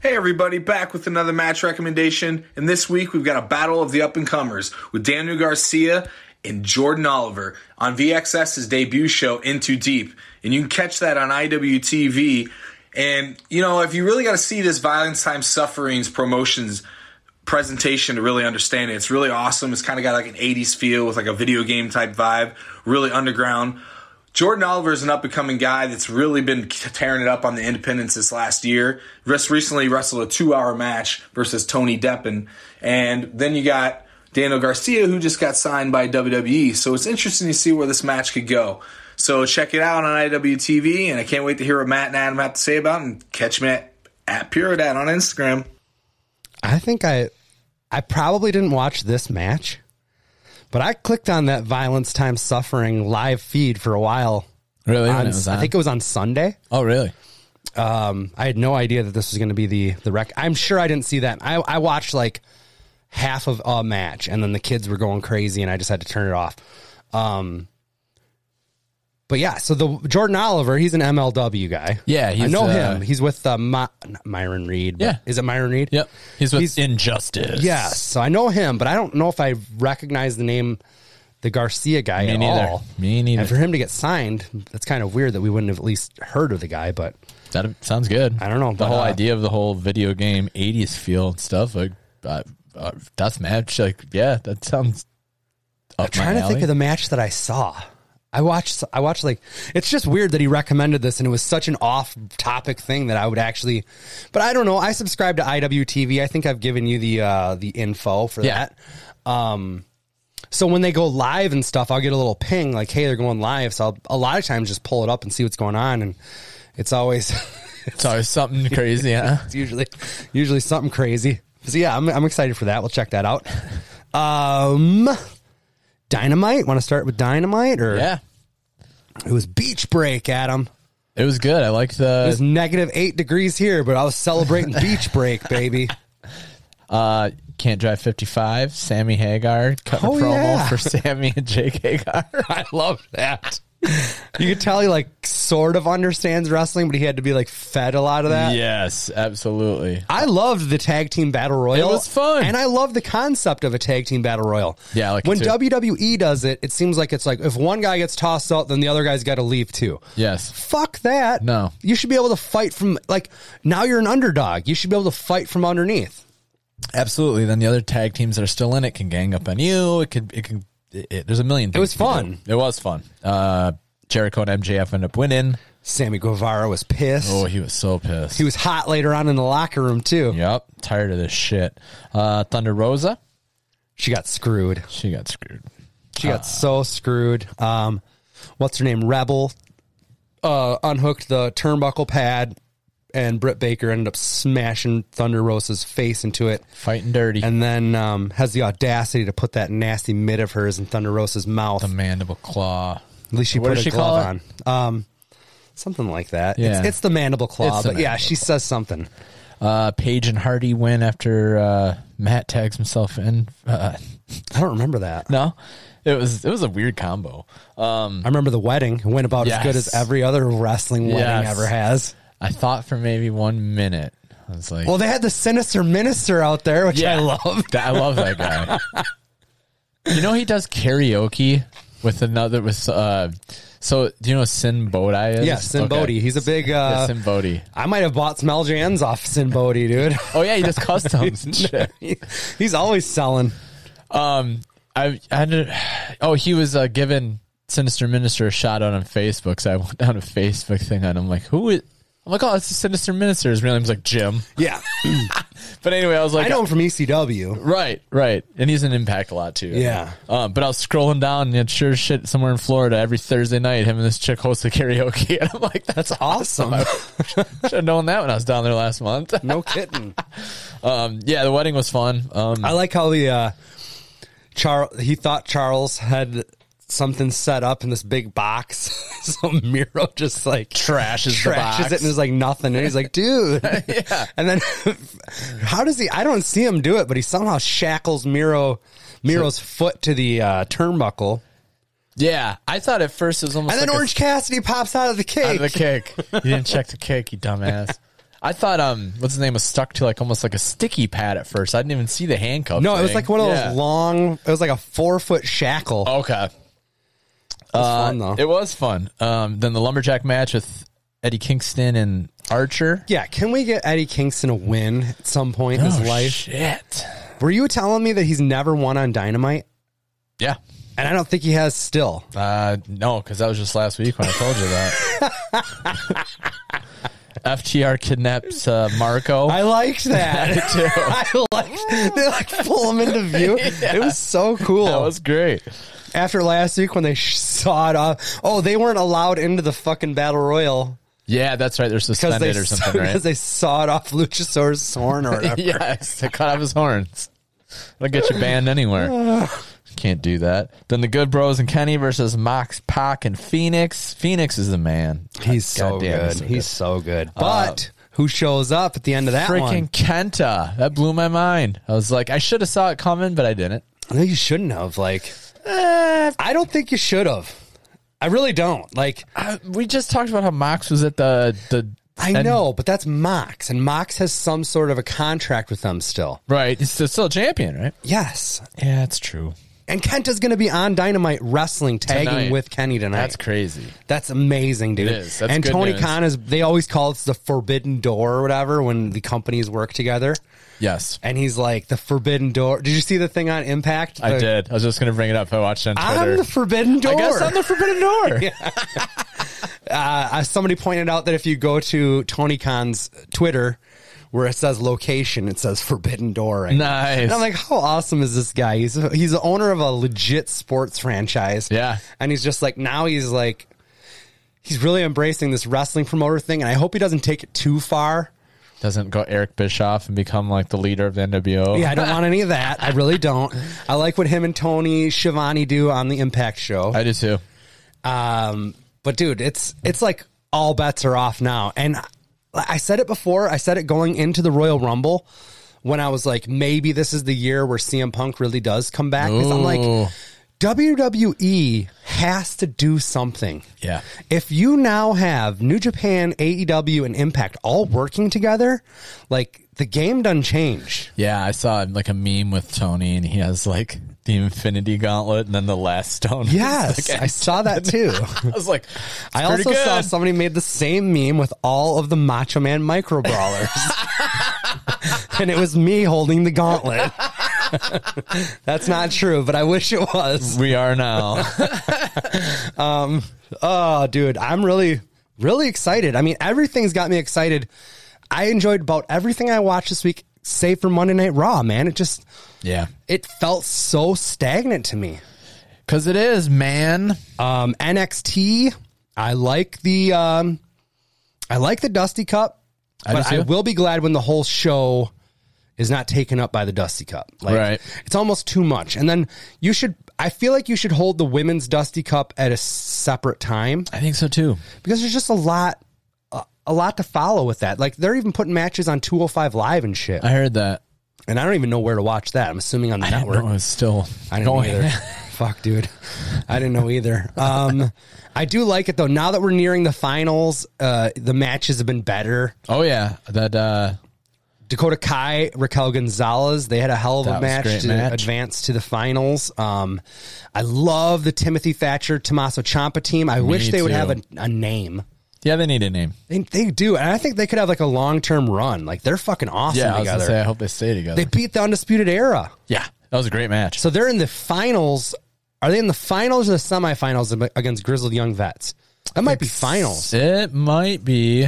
Speaker 6: Hey everybody, back with another match recommendation, and this week we've got a battle of the up and comers with Daniel Garcia and Jordan Oliver on VXS's debut show Into Deep, and you can catch that on IWTV. And you know, if you really got to see this Violence Time Sufferings promotions presentation to really understand it. It's really awesome. It's kind of got like an 80s feel with like a video game type vibe, really underground. Jordan Oliver is an up and coming guy that's really been tearing it up on the independents this last year. Just recently wrestled a two hour match versus Tony Deppen. And then you got Daniel Garcia, who just got signed by WWE. So it's interesting to see where this match could go. So check it out on IWTV, and I can't wait to hear what Matt and Adam have to say about it. And catch me at, at Puridad on Instagram.
Speaker 1: I think I, I probably didn't watch this match, but I clicked on that Violence Time Suffering live feed for a while.
Speaker 2: Really?
Speaker 1: on- I think it was on Sunday.
Speaker 2: oh, really?
Speaker 1: I had no idea that this was going to be the the rec. I'm sure I didn't see that. I, I watched like half of a match, and then the kids were going crazy, and I just had to turn it off. Um, but yeah, so the Jordan Oliver, he's an MLW guy.
Speaker 2: Yeah,
Speaker 1: I
Speaker 2: he's,
Speaker 1: know
Speaker 2: uh,
Speaker 1: him. He's with uh, My, not Myron Reed. But
Speaker 2: Yeah.
Speaker 1: is it Myron Reed?
Speaker 2: Yep. He's with
Speaker 1: He's-
Speaker 2: Injustice.
Speaker 1: Yeah, so I know him, but I don't know if I recognize the name, the Garcia guy
Speaker 2: Me
Speaker 1: at
Speaker 2: neither.
Speaker 1: all.
Speaker 2: Me neither.
Speaker 1: And for him to get signed, that's kind of weird that we wouldn't have at least heard of the guy, but.
Speaker 2: That sounds good.
Speaker 1: I don't know,
Speaker 2: The
Speaker 1: but,
Speaker 2: whole
Speaker 1: uh,
Speaker 2: idea of the whole video game 80s feel and stuff, like, uh, uh, death match, like, yeah, that sounds. Up
Speaker 1: I'm trying to think of the match that I saw. I watched. I watched like it's just weird that he recommended this, and it was such an off-topic thing that I would actually. But I don't know. I subscribe to IWTV. I think I've given you the uh, the info for
Speaker 2: Yeah.
Speaker 1: that. Um, so when they go live and stuff, I'll get a little ping like, "Hey, they're going live." So I'll, a lot of times just pull it up and see what's going on, and it's always
Speaker 2: It's always something crazy, huh?
Speaker 1: it's usually usually something crazy. So yeah, I'm I'm excited for that. We'll check that out. Um, Dynamite. Want to start with Dynamite or
Speaker 2: yeah.
Speaker 1: It was beach break, Adam.
Speaker 2: It was good. I like
Speaker 1: It was
Speaker 2: the.
Speaker 1: negative eight degrees here, but I was celebrating beach break, baby.
Speaker 2: Uh, Can't Drive 55, Sammy Hagar, cut
Speaker 1: Oh,
Speaker 2: a promo
Speaker 1: yeah.
Speaker 2: for Sammy and Jake Hagar. I love that.
Speaker 1: You could tell he like sort of understands wrestling, but he had to be like fed a lot of that.
Speaker 2: Yes, absolutely.
Speaker 1: I loved the tag team battle royal.
Speaker 2: It was fun.
Speaker 1: and I love the concept of a tag team battle royal.
Speaker 2: Yeah, I like it
Speaker 1: when
Speaker 2: too.
Speaker 1: WWE does it, it seems like it's like if one guy gets tossed out, then the other guy's got to leave too.
Speaker 2: Yes.
Speaker 1: Fuck that.
Speaker 2: No.
Speaker 1: you should be able to fight from like now. You're an underdog. You should be able to fight from underneath.
Speaker 2: Absolutely. Then the other tag teams that are still in it can gang up on you. It could. It can. It, it- there's a million. Things
Speaker 1: was
Speaker 2: you can
Speaker 1: fun.
Speaker 2: do. It was fun. Uh, Jericho and MJF end up winning.
Speaker 1: Sammy Guevara was pissed.
Speaker 2: Oh, he was so pissed.
Speaker 1: He was hot later on in the locker room too.
Speaker 2: Yep. Tired of this shit. Uh, Thunder Rosa.
Speaker 1: She got screwed.
Speaker 2: She got screwed.
Speaker 1: She
Speaker 2: Ah.
Speaker 1: got so screwed. Um, what's her name? Rebel uh, unhooked the turnbuckle pad and Britt Baker ended up smashing Thunder Rosa's face into it,
Speaker 2: Fighting dirty.
Speaker 1: and then um, has the audacity to put that nasty mitt of hers in Thunder Rosa's mouth.
Speaker 2: the mandible claw.
Speaker 1: At least she
Speaker 2: What
Speaker 1: put
Speaker 2: does
Speaker 1: a
Speaker 2: she call
Speaker 1: glove on. Um, something like that. It's,
Speaker 2: Yeah.
Speaker 1: it's the mandible claw,
Speaker 2: It's the
Speaker 1: but yeah,
Speaker 2: mandible
Speaker 1: she says something.
Speaker 2: Uh, Paige and Hardy win after uh, Matt tags himself in. Uh,
Speaker 1: I don't remember that.
Speaker 2: no, it was it was a weird combo. Um,
Speaker 1: I remember the wedding went about as good
Speaker 2: Yes.
Speaker 1: as every other wrestling wedding
Speaker 2: Yes.
Speaker 1: ever has.
Speaker 2: I thought for maybe one minute, I was like,
Speaker 1: Well, they had the sinister minister out there, which I love.
Speaker 2: That- I love that guy. you know he does karaoke with another with uh so do you know who Sin Bodhi is?
Speaker 1: Yeah, Sin
Speaker 2: Okay.
Speaker 1: Bodhi. He's a big.
Speaker 2: yeah,
Speaker 1: Uh,
Speaker 2: Sin Bodhi.
Speaker 1: I might have bought Smell Jan's off Sin Bodhi, dude.
Speaker 2: Oh yeah, he does customs and shit. Um,
Speaker 1: He's always selling.
Speaker 2: I, I had to- oh he was uh, giving Sinister Minister a shout out on Facebook, so I went down a Facebook thing and I'm like, who is I'm like, oh, it's the Sinister Minister. His real name's like Jim.
Speaker 1: Yeah,
Speaker 2: But anyway, I was like,
Speaker 1: I know him from E ECW.
Speaker 2: Right, right. And he's an impact a lot too.
Speaker 1: Yeah.
Speaker 2: Uh, but I was scrolling down and it sure as shit somewhere in Florida every Thursday night, him and this chick host the karaoke. And I'm like, that's awesome.
Speaker 1: Awesome.
Speaker 2: Should have known that when I was down there last month.
Speaker 1: No kidding.
Speaker 2: Um, yeah, the wedding was fun. Um,
Speaker 1: I like how the uh, Charles he thought Charles had something set up in this big box. so Miro just like
Speaker 2: Trashes the
Speaker 1: trashes
Speaker 2: box.
Speaker 1: it and is like nothing. And he's like, dude. yeah. And then how does he? I don't see him do it, but he somehow shackles Miro Miro's foot to the uh, turnbuckle,
Speaker 2: yeah, I thought at first it was almost
Speaker 1: and then
Speaker 2: like a-
Speaker 1: Orange Cassidy pops out of the cake.
Speaker 2: out of the cake. you didn't check the cake, you dumbass. I thought um, what's his name was stuck to like almost like a sticky pad at first. I didn't even see the handcuff.
Speaker 1: no, it was
Speaker 2: thing.
Speaker 1: like one of
Speaker 2: Yeah.
Speaker 1: those long. It was like a four foot shackle.
Speaker 2: Okay.
Speaker 1: Oh, it was fun though.
Speaker 2: It was fun. Um, then the lumberjack match with Eddie Kingston and Archer. Oh,
Speaker 1: yeah, can we get Eddie Kingston a win at some point in his life?
Speaker 2: Shit.
Speaker 1: Were you telling me that he's never won on Dynamite?
Speaker 2: Yeah.
Speaker 1: And I don't think he has still.
Speaker 2: Uh, no, because that was just last week when I told you that. FTR kidnaps uh, Marco.
Speaker 1: I liked that. I liked they like pull him into view. It was so cool.
Speaker 2: that was great.
Speaker 1: After last week when they sh- saw it off, oh, they weren't allowed into the fucking battle royal
Speaker 2: Yeah, that's right. They're
Speaker 1: because they
Speaker 2: suspended or something,
Speaker 1: because
Speaker 2: right?
Speaker 1: they sawed off Luchasaurus' horn or whatever.
Speaker 2: yes, they cut off his horns. They'll get you banned anywhere. Can't do that. Then the Good Bros and Kenny versus Mox, Pac, and Phoenix. Phoenix is the man.
Speaker 1: He's so
Speaker 2: God damn,
Speaker 1: good. He's so good. Uh, But who shows up at the end of that
Speaker 2: freaking
Speaker 1: one?
Speaker 2: Kenta. That blew my mind. I was like, I should have saw it coming, but I didn't.
Speaker 1: No, you shouldn't have. Like, I don't think you should have. I really don't. Like,
Speaker 2: Uh, we just talked about how Mox was at the the.
Speaker 1: I
Speaker 2: and-
Speaker 1: know, but that's Mox, and Mox has some sort of a contract with them still.
Speaker 2: right? He's still, still a champion, right?
Speaker 1: Yes,
Speaker 2: Yeah, it's true.
Speaker 1: and Kenta's going to be on Dynamite wrestling, tagging
Speaker 2: Tonight.
Speaker 1: with Kenny tonight.
Speaker 2: That's crazy.
Speaker 1: That's amazing, dude.
Speaker 2: It is. That's
Speaker 1: and
Speaker 2: good
Speaker 1: Tony
Speaker 2: news.
Speaker 1: Khan is. They always call it the Forbidden Door or whatever when the companies work together.
Speaker 2: Yes,
Speaker 1: And he's like the Forbidden Door. Did you see the thing on Impact?
Speaker 2: I
Speaker 1: The-
Speaker 2: did. I was just gonna bring it up. I watched it on Twitter.
Speaker 1: I'm the Forbidden Door.
Speaker 2: I guess I'm the Forbidden Door.
Speaker 1: uh, somebody pointed out that if you go to Tony Khan's Twitter, where it says location, it says Forbidden Door. Right now.
Speaker 2: Nice.
Speaker 1: And I'm like, how awesome is this guy? He's he's the owner of a legit sports franchise.
Speaker 2: Yeah.
Speaker 1: and he's just like now he's like he's really embracing this wrestling promoter thing, and I hope he doesn't take it too far.
Speaker 2: Doesn't go Eric Bischoff and become like the leader of the NWO.
Speaker 1: Yeah, I don't want any of that. I really don't. I like what him and Tony Schiavone do on the Impact show.
Speaker 2: I do too.
Speaker 1: Um, but dude, it's it's like all bets are off now. And I- I said it before. I said it going into the Royal Rumble when I was like, maybe this is the year where CM Punk really does come back. 'Cause I'm
Speaker 2: Ooh.
Speaker 1: like, WWE has to do something.
Speaker 2: Yeah.
Speaker 1: If you now have New Japan, AEW, and Impact all working together, like the game doesn't change.
Speaker 2: Yeah, I saw like a meme with Tony, and he has like the Infinity Gauntlet, and then the last stone.
Speaker 1: Yes, I saw that too.
Speaker 2: I was like,
Speaker 1: I also saw
Speaker 2: something.
Speaker 1: somebody made the same meme with all of the Macho Man micro brawlers. and it was me holding the gauntlet. That's not true, but I wish it was.
Speaker 2: We are now.
Speaker 1: Oh, dude, I'm really, really excited. I mean, everything's got me excited. I enjoyed about everything I watched this week, save for Monday Night Raw, man. It just,
Speaker 2: yeah.
Speaker 1: it felt so stagnant to me.
Speaker 2: Cause it is, man.
Speaker 1: Um, NXT, I like the um, I like the Dusty Cup.
Speaker 2: I
Speaker 1: but
Speaker 2: do
Speaker 1: I
Speaker 2: too.
Speaker 1: will be glad when the whole show is not taken up by the Dusty Cup. Like,
Speaker 2: Right.
Speaker 1: It's almost too much. And then you should, I feel like you should hold the women's Dusty Cup at a separate time
Speaker 2: I think so too.
Speaker 1: because there's just a lot, a, a lot to follow with that. Like they're even putting matches on 205 Live and shit.
Speaker 2: I heard that.
Speaker 1: and I don't even know where to watch that. I'm assuming on the
Speaker 2: I didn't
Speaker 1: network.
Speaker 2: know it was still
Speaker 1: I didn't
Speaker 2: going.
Speaker 1: either. Fuck, dude. I didn't know either. Um, I do like it though. Now that we're nearing the finals, uh, the matches have been better.
Speaker 2: Oh yeah, that uh,
Speaker 1: Dakota Kai, Raquel Gonzalez, they had a hell of
Speaker 2: That
Speaker 1: a
Speaker 2: was a
Speaker 1: match
Speaker 2: great
Speaker 1: to
Speaker 2: match.
Speaker 1: advance to the finals. Um, I love the Timothy Thatcher, Tommaso Ciampa team. I wish they would
Speaker 2: too.
Speaker 1: have a, a name.
Speaker 2: yeah, they need a name.
Speaker 1: They, they do, and I think they could have like a long term run. Like they're fucking awesome
Speaker 2: Yeah, I was
Speaker 1: together.
Speaker 2: gonna say I hope they stay together.
Speaker 1: they beat the Undisputed Era,
Speaker 2: yeah, that was a great match.
Speaker 1: so they're in the finals. Are they in the finals or the semifinals ab- against Grizzled Young Vets? That might be finals.
Speaker 2: It might be.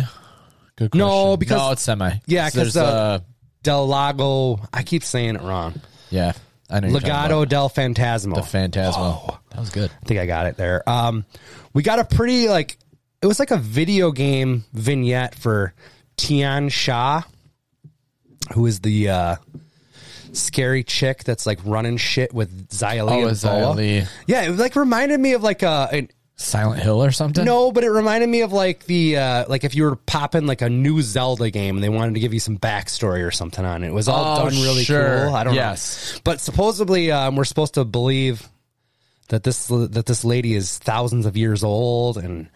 Speaker 2: Good question.
Speaker 1: No, because-
Speaker 2: no, it's semi.
Speaker 1: Yeah, 'cause
Speaker 2: there's
Speaker 1: the-
Speaker 2: uh,
Speaker 1: Del Lago, I keep saying it wrong.
Speaker 2: yeah, I know. you're talking
Speaker 1: Legado
Speaker 2: about
Speaker 1: del Fantasma.
Speaker 2: the Phantasmo. That was good.
Speaker 1: I think I got it there. Um, we got a pretty like it was like a video game vignette for Tian Sha, who is the uh, scary chick that's like running shit with Xia Li
Speaker 2: Oh,
Speaker 1: and
Speaker 2: is that
Speaker 1: Boa.
Speaker 2: the
Speaker 1: Yeah, it like reminded me of like a an,
Speaker 2: Silent Hill or something?
Speaker 1: no, but it reminded me of like the uh, like if you were popping like a new Zelda game and they wanted to give you some backstory or something on it. It was all
Speaker 2: Oh,
Speaker 1: done really
Speaker 2: sure.
Speaker 1: cool. I don't
Speaker 2: Yes.
Speaker 1: know. But supposedly um, we're supposed to believe that this that this lady is thousands of years old and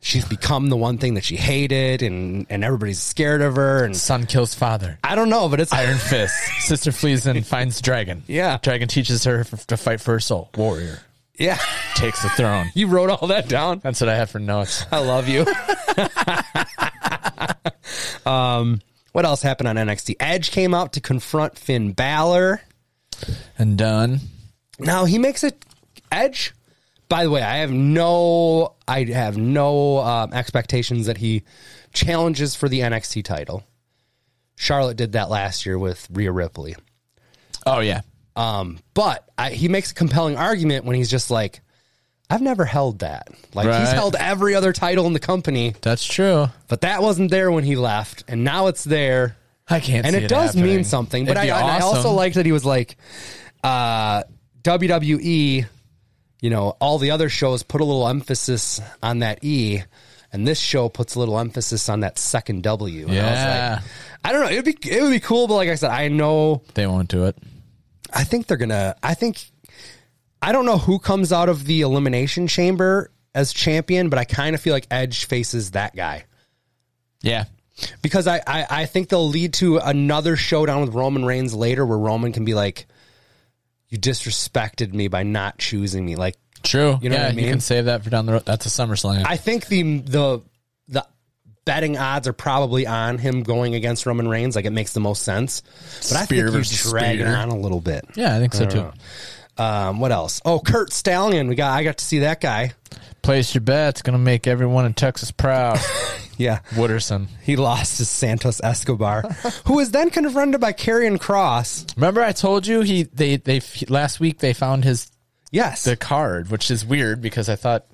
Speaker 1: she's become the one thing that she hated and and everybody's scared of her and
Speaker 2: Son kills father.
Speaker 1: I don't know, but it's
Speaker 2: Iron Fist. Sister flees and finds dragon.
Speaker 1: Yeah.
Speaker 2: dragon teaches her f- to fight for her soul. Warrior
Speaker 1: yeah.
Speaker 2: takes the throne.
Speaker 1: You wrote all that down.
Speaker 2: That's what I have for notes.
Speaker 1: I love you. um, what else happened on NXT? Edge came out to confront Finn Balor.
Speaker 2: And done.
Speaker 1: Now he makes it Edge. By the way, I have no, I have no um, expectations that he challenges for the NXT title. Charlotte did that last year with Rhea Ripley,
Speaker 2: Oh yeah,
Speaker 1: but I, he makes a compelling argument when he's just like, "I've never held that. Like he's
Speaker 2: Right.
Speaker 1: held every other title in the company,
Speaker 2: that's true.
Speaker 1: but that wasn't there when he left, and now it's there."
Speaker 2: I can't.
Speaker 1: and
Speaker 2: see
Speaker 1: it, does
Speaker 2: happening.
Speaker 1: mean something. But I,
Speaker 2: It'd be
Speaker 1: and I also
Speaker 2: awesome.
Speaker 1: like that he was like, uh, WWE, you know, all the other shows put a little emphasis on that E, and this show puts a little emphasis on that second W. And I was like,
Speaker 2: Yeah,
Speaker 1: I don't know. It'd be it would be cool, but like I said, I know.
Speaker 2: they won't do it.
Speaker 1: I think they're gonna. I think I don't know who comes out of the elimination chamber as champion, but I kind of feel like Edge faces that guy
Speaker 2: Yeah,
Speaker 1: because I, I I think they'll lead to another showdown with Roman Reigns later, where Roman can be like, "You disrespected me by not choosing me." Like,
Speaker 2: true.
Speaker 1: You know
Speaker 2: yeah,
Speaker 1: what I mean?
Speaker 2: you can save that for down the road. That's a SummerSlam.
Speaker 1: I think the the the betting odds are probably on him going against Roman Reigns. Like, it makes the most sense. But I
Speaker 2: Spear
Speaker 1: think you
Speaker 2: versus
Speaker 1: drag it
Speaker 2: spear.
Speaker 1: on a little bit.
Speaker 2: yeah, I think so
Speaker 1: don't
Speaker 2: too.
Speaker 1: know. Um, what else? Oh, Kurt Stallion. We got. I got to see that guy.
Speaker 2: Place your bets. Gonna make everyone in Texas proud.
Speaker 1: Yeah,
Speaker 2: Wooderson.
Speaker 1: he lost to Santos Escobar, who was then confronted by Karrion Cross.
Speaker 2: Remember, I told you he they they last week they found his
Speaker 1: Yes,
Speaker 2: the card, which is weird because I thought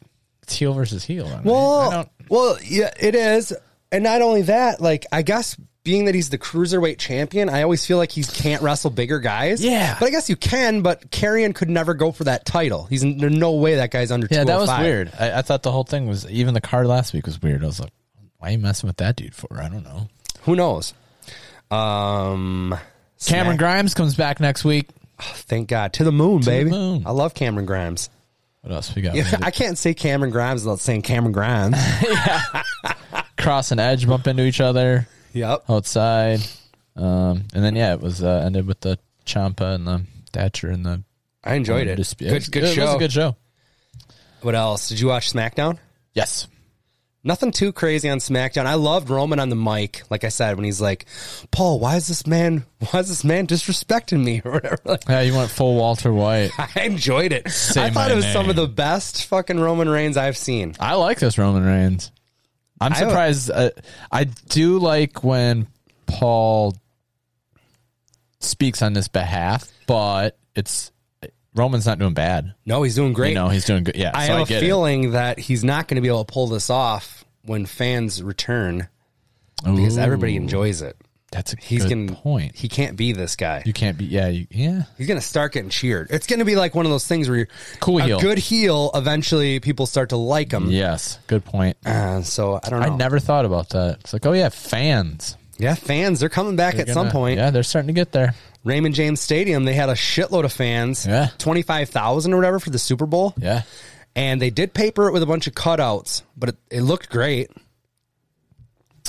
Speaker 2: it's heel versus heel. I mean, I
Speaker 1: Well,
Speaker 2: don't,
Speaker 1: well, yeah, it is. And not only that, like I guess being that he's the cruiserweight champion, I always feel like he can't wrestle bigger guys.
Speaker 2: Yeah.
Speaker 1: but I guess you can. But Carrion could never go for that title. He's in there's no way that guy's under.
Speaker 2: yeah, that was
Speaker 1: 205.
Speaker 2: weird. I, I thought the whole thing was even the card last week was weird. I was like, why are you messing with that dude for? I don't know.
Speaker 1: Who knows? Um,
Speaker 2: Cameron
Speaker 1: Smack-
Speaker 2: Grimes comes back next week.
Speaker 1: thank God to the moon,
Speaker 2: the
Speaker 1: baby.
Speaker 2: moon.
Speaker 1: I love Cameron Grimes.
Speaker 2: What else we got?
Speaker 1: Yeah, I can't say Cameron Grimes without saying Cameron Grimes.
Speaker 2: Cross and Edge bump into each other
Speaker 1: yep.
Speaker 2: outside, um, and then yeah, it was uh, ended with the Champa and the Thatcher and the
Speaker 1: I enjoyed it.
Speaker 2: Undisputed-
Speaker 1: Good, good
Speaker 2: It was
Speaker 1: show.
Speaker 2: a good show.
Speaker 1: What else? Did you watch SmackDown?
Speaker 2: Yes.
Speaker 1: Nothing too crazy on SmackDown. I loved Roman on the mic, like I said, when he's like, Paul, why is this man why is this man disrespecting me or whatever? Like,
Speaker 2: Yeah, you went full Walter White.
Speaker 1: I enjoyed it.
Speaker 2: Say
Speaker 1: I thought
Speaker 2: my
Speaker 1: it was some
Speaker 2: name.
Speaker 1: of the best fucking Roman Reigns I've seen.
Speaker 2: I like this Roman Reigns. I'm
Speaker 1: I-
Speaker 2: surprised. I, I do like when Paul speaks on this behalf, but it's Roman's not doing bad.
Speaker 1: No, he's doing great.
Speaker 2: You know, he's doing good. Yeah,
Speaker 1: I
Speaker 2: so
Speaker 1: have
Speaker 2: I
Speaker 1: a
Speaker 2: get it.
Speaker 1: feeling that he's not going to be able to pull this off when fans return. because
Speaker 2: Ooh.
Speaker 1: everybody enjoys it.
Speaker 2: That's a
Speaker 1: He's
Speaker 2: good
Speaker 1: gonna
Speaker 2: point.
Speaker 1: He can't be this guy.
Speaker 2: you can't be. Yeah, you, yeah.
Speaker 1: He's gonna start getting cheered. It's gonna be like one of those things where you're
Speaker 2: Cool
Speaker 1: a
Speaker 2: heel.
Speaker 1: good heel. Eventually, people start to like him.
Speaker 2: Yes, good point.
Speaker 1: Uh, so I don't know.
Speaker 2: I never thought about that. It's like, oh yeah, fans.
Speaker 1: yeah, fans, they're coming back at
Speaker 2: They're
Speaker 1: some
Speaker 2: gonna-
Speaker 1: point.
Speaker 2: yeah, they're starting to get there.
Speaker 1: Raymond James Stadium, they had a shitload of fans.
Speaker 2: Yeah.
Speaker 1: twenty five thousand or whatever for the Super Bowl.
Speaker 2: Yeah,
Speaker 1: and they did paper it with a bunch of cutouts, but it, it looked great.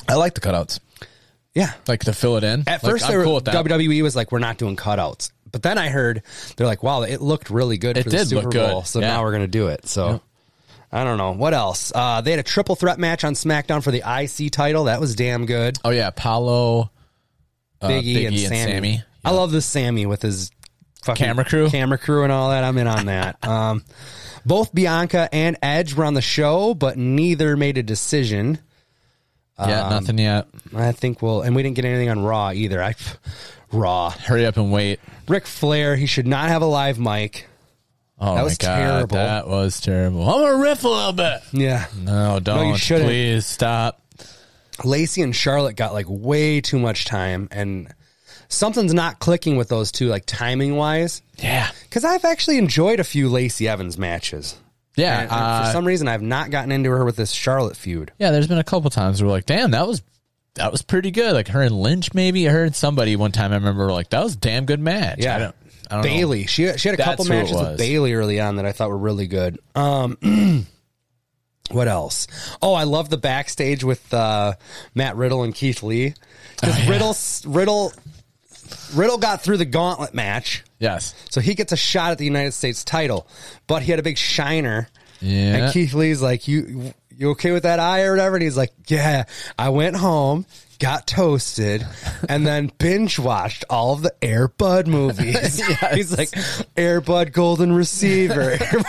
Speaker 2: I like the cutouts.
Speaker 1: Yeah.
Speaker 2: Like to fill it in.
Speaker 1: At
Speaker 2: Like,
Speaker 1: first,
Speaker 2: I'm
Speaker 1: they were, E
Speaker 2: cool with that.
Speaker 1: WWE was like, "We're not doing cutouts," but then I heard they're like, "Wow, it looked really good
Speaker 2: It
Speaker 1: for the
Speaker 2: did
Speaker 1: Super
Speaker 2: look good.
Speaker 1: Bowl, so
Speaker 2: Yeah.
Speaker 1: now we're gonna do it." So. I don't know what else. Uh, they had a triple threat match on SmackDown for the IC title. That was damn good.
Speaker 2: Oh yeah, Paulo, uh,
Speaker 1: Big E and, Sammy. I love this Sammy with his fucking
Speaker 2: Camera crew?
Speaker 1: camera crew, and all that. I'm in on that. um, both Bianca and Edge were on the show, but neither made a decision.
Speaker 2: Yeah,
Speaker 1: Um,
Speaker 2: nothing yet.
Speaker 1: I think we'll, and we didn't get anything on Raw either. I Raw.
Speaker 2: Hurry up and wait.
Speaker 1: Ric Flair, he should not have a live mic.
Speaker 2: Oh my
Speaker 1: was
Speaker 2: god,
Speaker 1: terrible.
Speaker 2: that was terrible. I'm gonna riff a little bit.
Speaker 1: Yeah.
Speaker 2: No, don't.
Speaker 1: shouldn't.
Speaker 2: Please stop.
Speaker 1: Lacey and Charlotte got like way too much time, and something's not clicking with those two, like timing wise.
Speaker 2: Yeah,
Speaker 1: Because I've actually enjoyed a few Lacey Evans matches.
Speaker 2: yeah.
Speaker 1: And, and
Speaker 2: uh,
Speaker 1: for some reason, I've not gotten into her with this Charlotte feud.
Speaker 2: yeah, there's been a couple times where we're like, damn, that was that was pretty good. Like her and Lynch, maybe. I heard somebody one time. I remember like that was a damn good match.
Speaker 1: Yeah.
Speaker 2: I don't, I don't know.
Speaker 1: Bailey. She she had a
Speaker 2: That's
Speaker 1: couple
Speaker 2: who it
Speaker 1: matches with
Speaker 2: was.
Speaker 1: Bailey early on that I thought were really good. Um What else? Oh, I love the backstage with uh, Matt Riddle and Keith Lee.
Speaker 2: Oh,
Speaker 1: Because Riddle Riddle Riddle got through the gauntlet match,
Speaker 2: Yes.
Speaker 1: so he gets a shot at the United States title, but he had a big shiner.
Speaker 2: Yeah.
Speaker 1: And Keith Lee's like, "You you okay with that eye or whatever?" And he's like, "Yeah, I went home, got toasted, and then binge watched all of the Air Bud movies." He's like, "Air Bud Golden Receiver," Air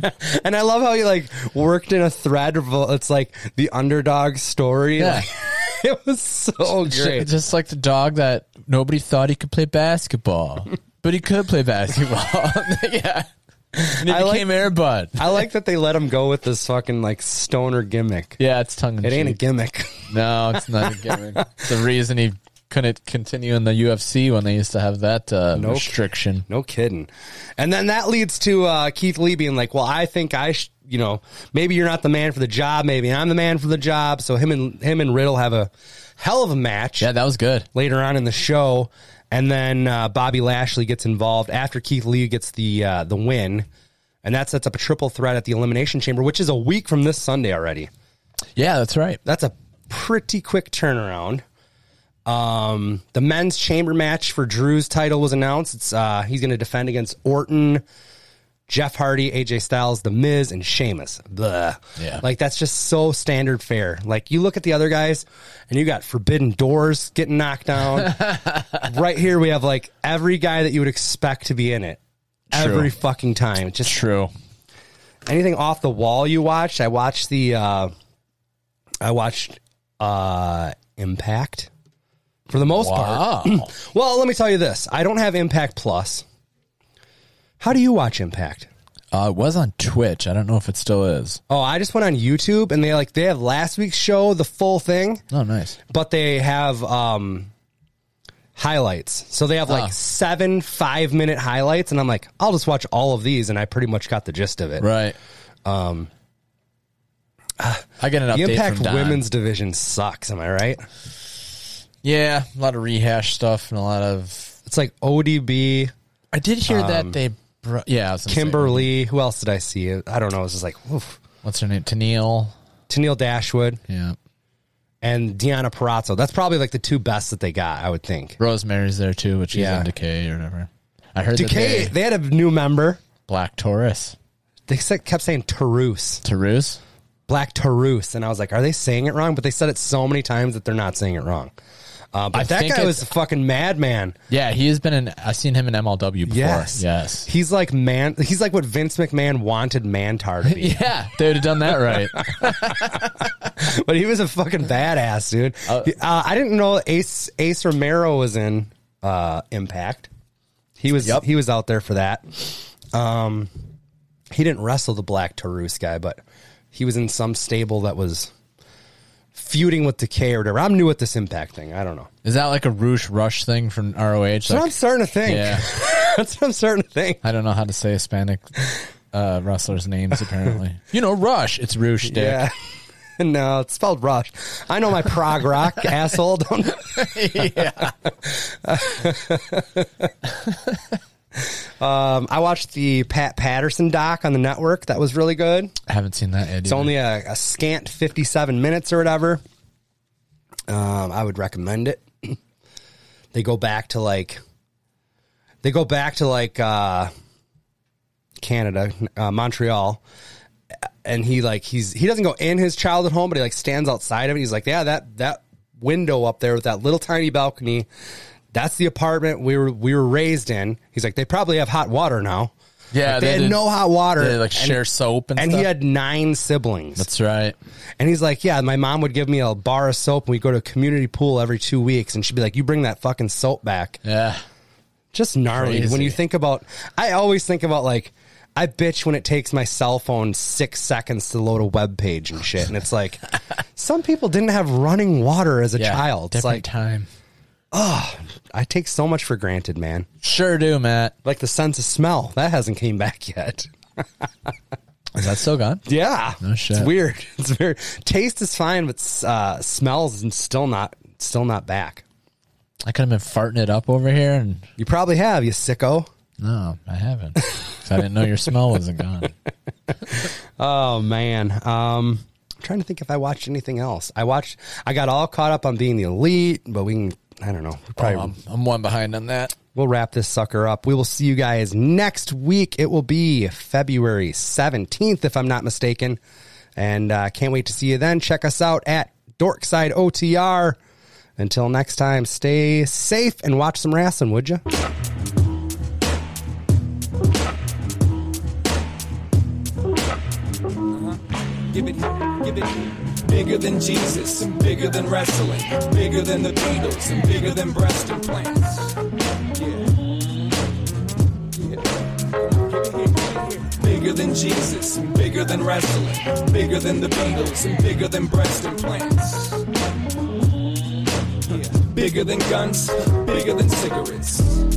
Speaker 1: Bud." and I love how he like worked in a thread. Of, it's like the underdog story.
Speaker 2: Yeah.
Speaker 1: Like, it was so
Speaker 2: Ju-
Speaker 1: great.
Speaker 2: Just like the dog that nobody thought he could play basketball, but he could play basketball. yeah. And he
Speaker 1: I like-
Speaker 2: became Air Bud.
Speaker 1: I like that they let him go with this fucking like stoner gimmick.
Speaker 2: Yeah, it's tongue in
Speaker 1: It ain't a
Speaker 2: cheek.
Speaker 1: gimmick.
Speaker 2: No, it's not a gimmick. it's the reason he couldn't continue in the UFC when they used to have that uh,
Speaker 1: Nope.
Speaker 2: restriction.
Speaker 1: No kidding. And then that leads to uh, Keith Lee being like, "Well, I think I, sh- you know, maybe you're not the man for the job. Maybe I'm the man for the job." So him and him and Riddle have a hell of a match
Speaker 2: Yeah, that was good.
Speaker 1: later on in the show, and then uh, Bobby Lashley gets involved after Keith Lee gets the uh, the win, and that sets up a triple threat at the Elimination Chamber, which is a week from this Sunday already.
Speaker 2: Yeah, that's right.
Speaker 1: That's a pretty quick turnaround. Um, the men's chamber match for Drew's title was announced. It's uh, he's going to defend against Orton, Jeff Hardy, AJ Styles, The Miz, and Sheamus. Blah.
Speaker 2: Yeah.
Speaker 1: like that's just so standard fare. Like you look at the other guys, and you got Forbidden Doors getting knocked down. right here, we have like every guy that you would expect to be in it. Every fucking time, It's just
Speaker 2: True.
Speaker 1: anything off the wall you watched? I watched the uh I watched uh Impact for the most part.
Speaker 2: Wow.
Speaker 1: Well, let me tell you this. I don't have Impact Plus. How do you watch Impact?
Speaker 2: uh, it was on Twitch. I don't know if it still is.
Speaker 1: Oh, I just went on YouTube and they like they have last week's show, the full thing,
Speaker 2: Oh, nice.
Speaker 1: but they have um highlights. So they have like
Speaker 2: Ah.
Speaker 1: seven 5-minute highlights and I'm like, I'll just watch all of these and I pretty much got the gist of it.
Speaker 2: Right. Um, I get an
Speaker 1: The
Speaker 2: update
Speaker 1: Impact
Speaker 2: from Don.
Speaker 1: women's division sucks, am I right?
Speaker 2: Yeah, a lot of rehash stuff and a lot of.
Speaker 1: It's like ODB,
Speaker 2: I did hear that they. Br- yeah, I was gonna say-
Speaker 1: Um, Kimberly. Who else did I see? I don't know. It was just like, oof.
Speaker 2: what's her name? Tennille.
Speaker 1: Tennille Dashwood
Speaker 2: Yeah.
Speaker 1: and Deanna Parazzo. That's probably like the two best that they got, I would think.
Speaker 2: Rosemary's there too, which is
Speaker 1: Yeah.
Speaker 2: in Decay or whatever. I heard
Speaker 1: Decay,
Speaker 2: that
Speaker 1: they
Speaker 2: they,
Speaker 1: had a new member.
Speaker 2: Black Taurus.
Speaker 1: They said, kept saying Tarus,
Speaker 2: Tarus?
Speaker 1: Black Tarus. And I was like, are they saying it wrong? But they said it so many times that they're not saying it wrong. Uh, but
Speaker 2: I
Speaker 1: that
Speaker 2: think
Speaker 1: guy
Speaker 2: it-
Speaker 1: was a fucking madman.
Speaker 2: Yeah, he has been in. I've seen him in MLW before.
Speaker 1: Yes.
Speaker 2: Yes.
Speaker 1: He's like man. He's like what Vince McMahon wanted Mantar to be.
Speaker 2: Yeah, they would have done that right.
Speaker 1: But he was a fucking badass, dude. Uh, I didn't know Ace Ace Romero was in uh, Impact. He was
Speaker 2: Yep.
Speaker 1: he was out there for that. Um, he didn't wrestle the Black Tarus guy, but he was in some stable that was feuding with Decay or whatever. I'm new at this Impact thing. I don't know.
Speaker 2: Is that like a Roosh Rush thing from ROH?
Speaker 1: That's what I'm
Speaker 2: Like,
Speaker 1: starting to think.
Speaker 2: yeah.
Speaker 1: That's what I'm starting to think.
Speaker 2: I don't know how to say Hispanic uh, wrestlers' names, apparently. you know, Rush. It's Roosh, dick.
Speaker 1: Yeah. No, it's spelled Rush. I know my prog rock, asshole. Don't. um, I watched the Pat Patterson doc on the network. That was really good.
Speaker 2: I haven't seen that yet.
Speaker 1: It's only a, a scant 57 minutes or whatever. Um, I would recommend it. they go back to like, they go back to like uh, Canada, uh, Montreal, and he like he's he doesn't go in his childhood home, but he like stands outside of it. He's like, yeah, that that window up there with that little tiny balcony, that's the apartment we were we were raised in. He's like, they probably have hot water now.
Speaker 2: Yeah,
Speaker 1: Like, they, had
Speaker 2: did-
Speaker 1: no hot water.
Speaker 2: They like
Speaker 1: and-
Speaker 2: share soap and,
Speaker 1: and
Speaker 2: stuff.
Speaker 1: he had nine siblings.
Speaker 2: That's right.
Speaker 1: and he's like, Yeah, my mom would give me a bar of soap and we'd go to a community pool every two weeks. And she'd be like, You bring that fucking soap back.
Speaker 2: Yeah.
Speaker 1: Just gnarly.
Speaker 2: Crazy.
Speaker 1: When you think about, I always think about like, I bitch when it takes my cell phone six seconds to load a web page and shit. And it's like, some people didn't have running water as a
Speaker 2: yeah.
Speaker 1: child. It's
Speaker 2: Different
Speaker 1: like,
Speaker 2: time.
Speaker 1: I take so much for granted, man.
Speaker 2: Sure do, Matt.
Speaker 1: Like the sense of smell, that hasn't came back yet.
Speaker 2: Is that still gone?
Speaker 1: Yeah.
Speaker 2: No shit.
Speaker 1: It's weird. It's very taste is fine, but uh, smells and still not still not back.
Speaker 2: I could have been farting it up over here, and
Speaker 1: You probably have, you sicko.
Speaker 2: no, I haven't. 'Cause I didn't know your smell wasn't gone.
Speaker 1: Oh man. Um I'm trying to think if I watched anything else. I watched I got all caught up on being the elite, but we can I don't know. We probably
Speaker 2: I'm, Um, I'm one behind on that.
Speaker 1: we'll wrap this sucker up. We will see you guys next week. It will be February 17th, if I'm not mistaken. And uh, can't wait to see you then. Check us out at Dorkside OTR. Until next time, stay safe and watch some wrestling, would you?
Speaker 7: Give it here, give it here. Bigger than Jesus and bigger than wrestling. Bigger than the Beatles and bigger than breast implants. Yeah. Yeah. Give it here, give it here. Bigger than Jesus and bigger than wrestling. Bigger than the Beatles and bigger than breast implants. Yeah. Bigger than guns, bigger than cigarettes.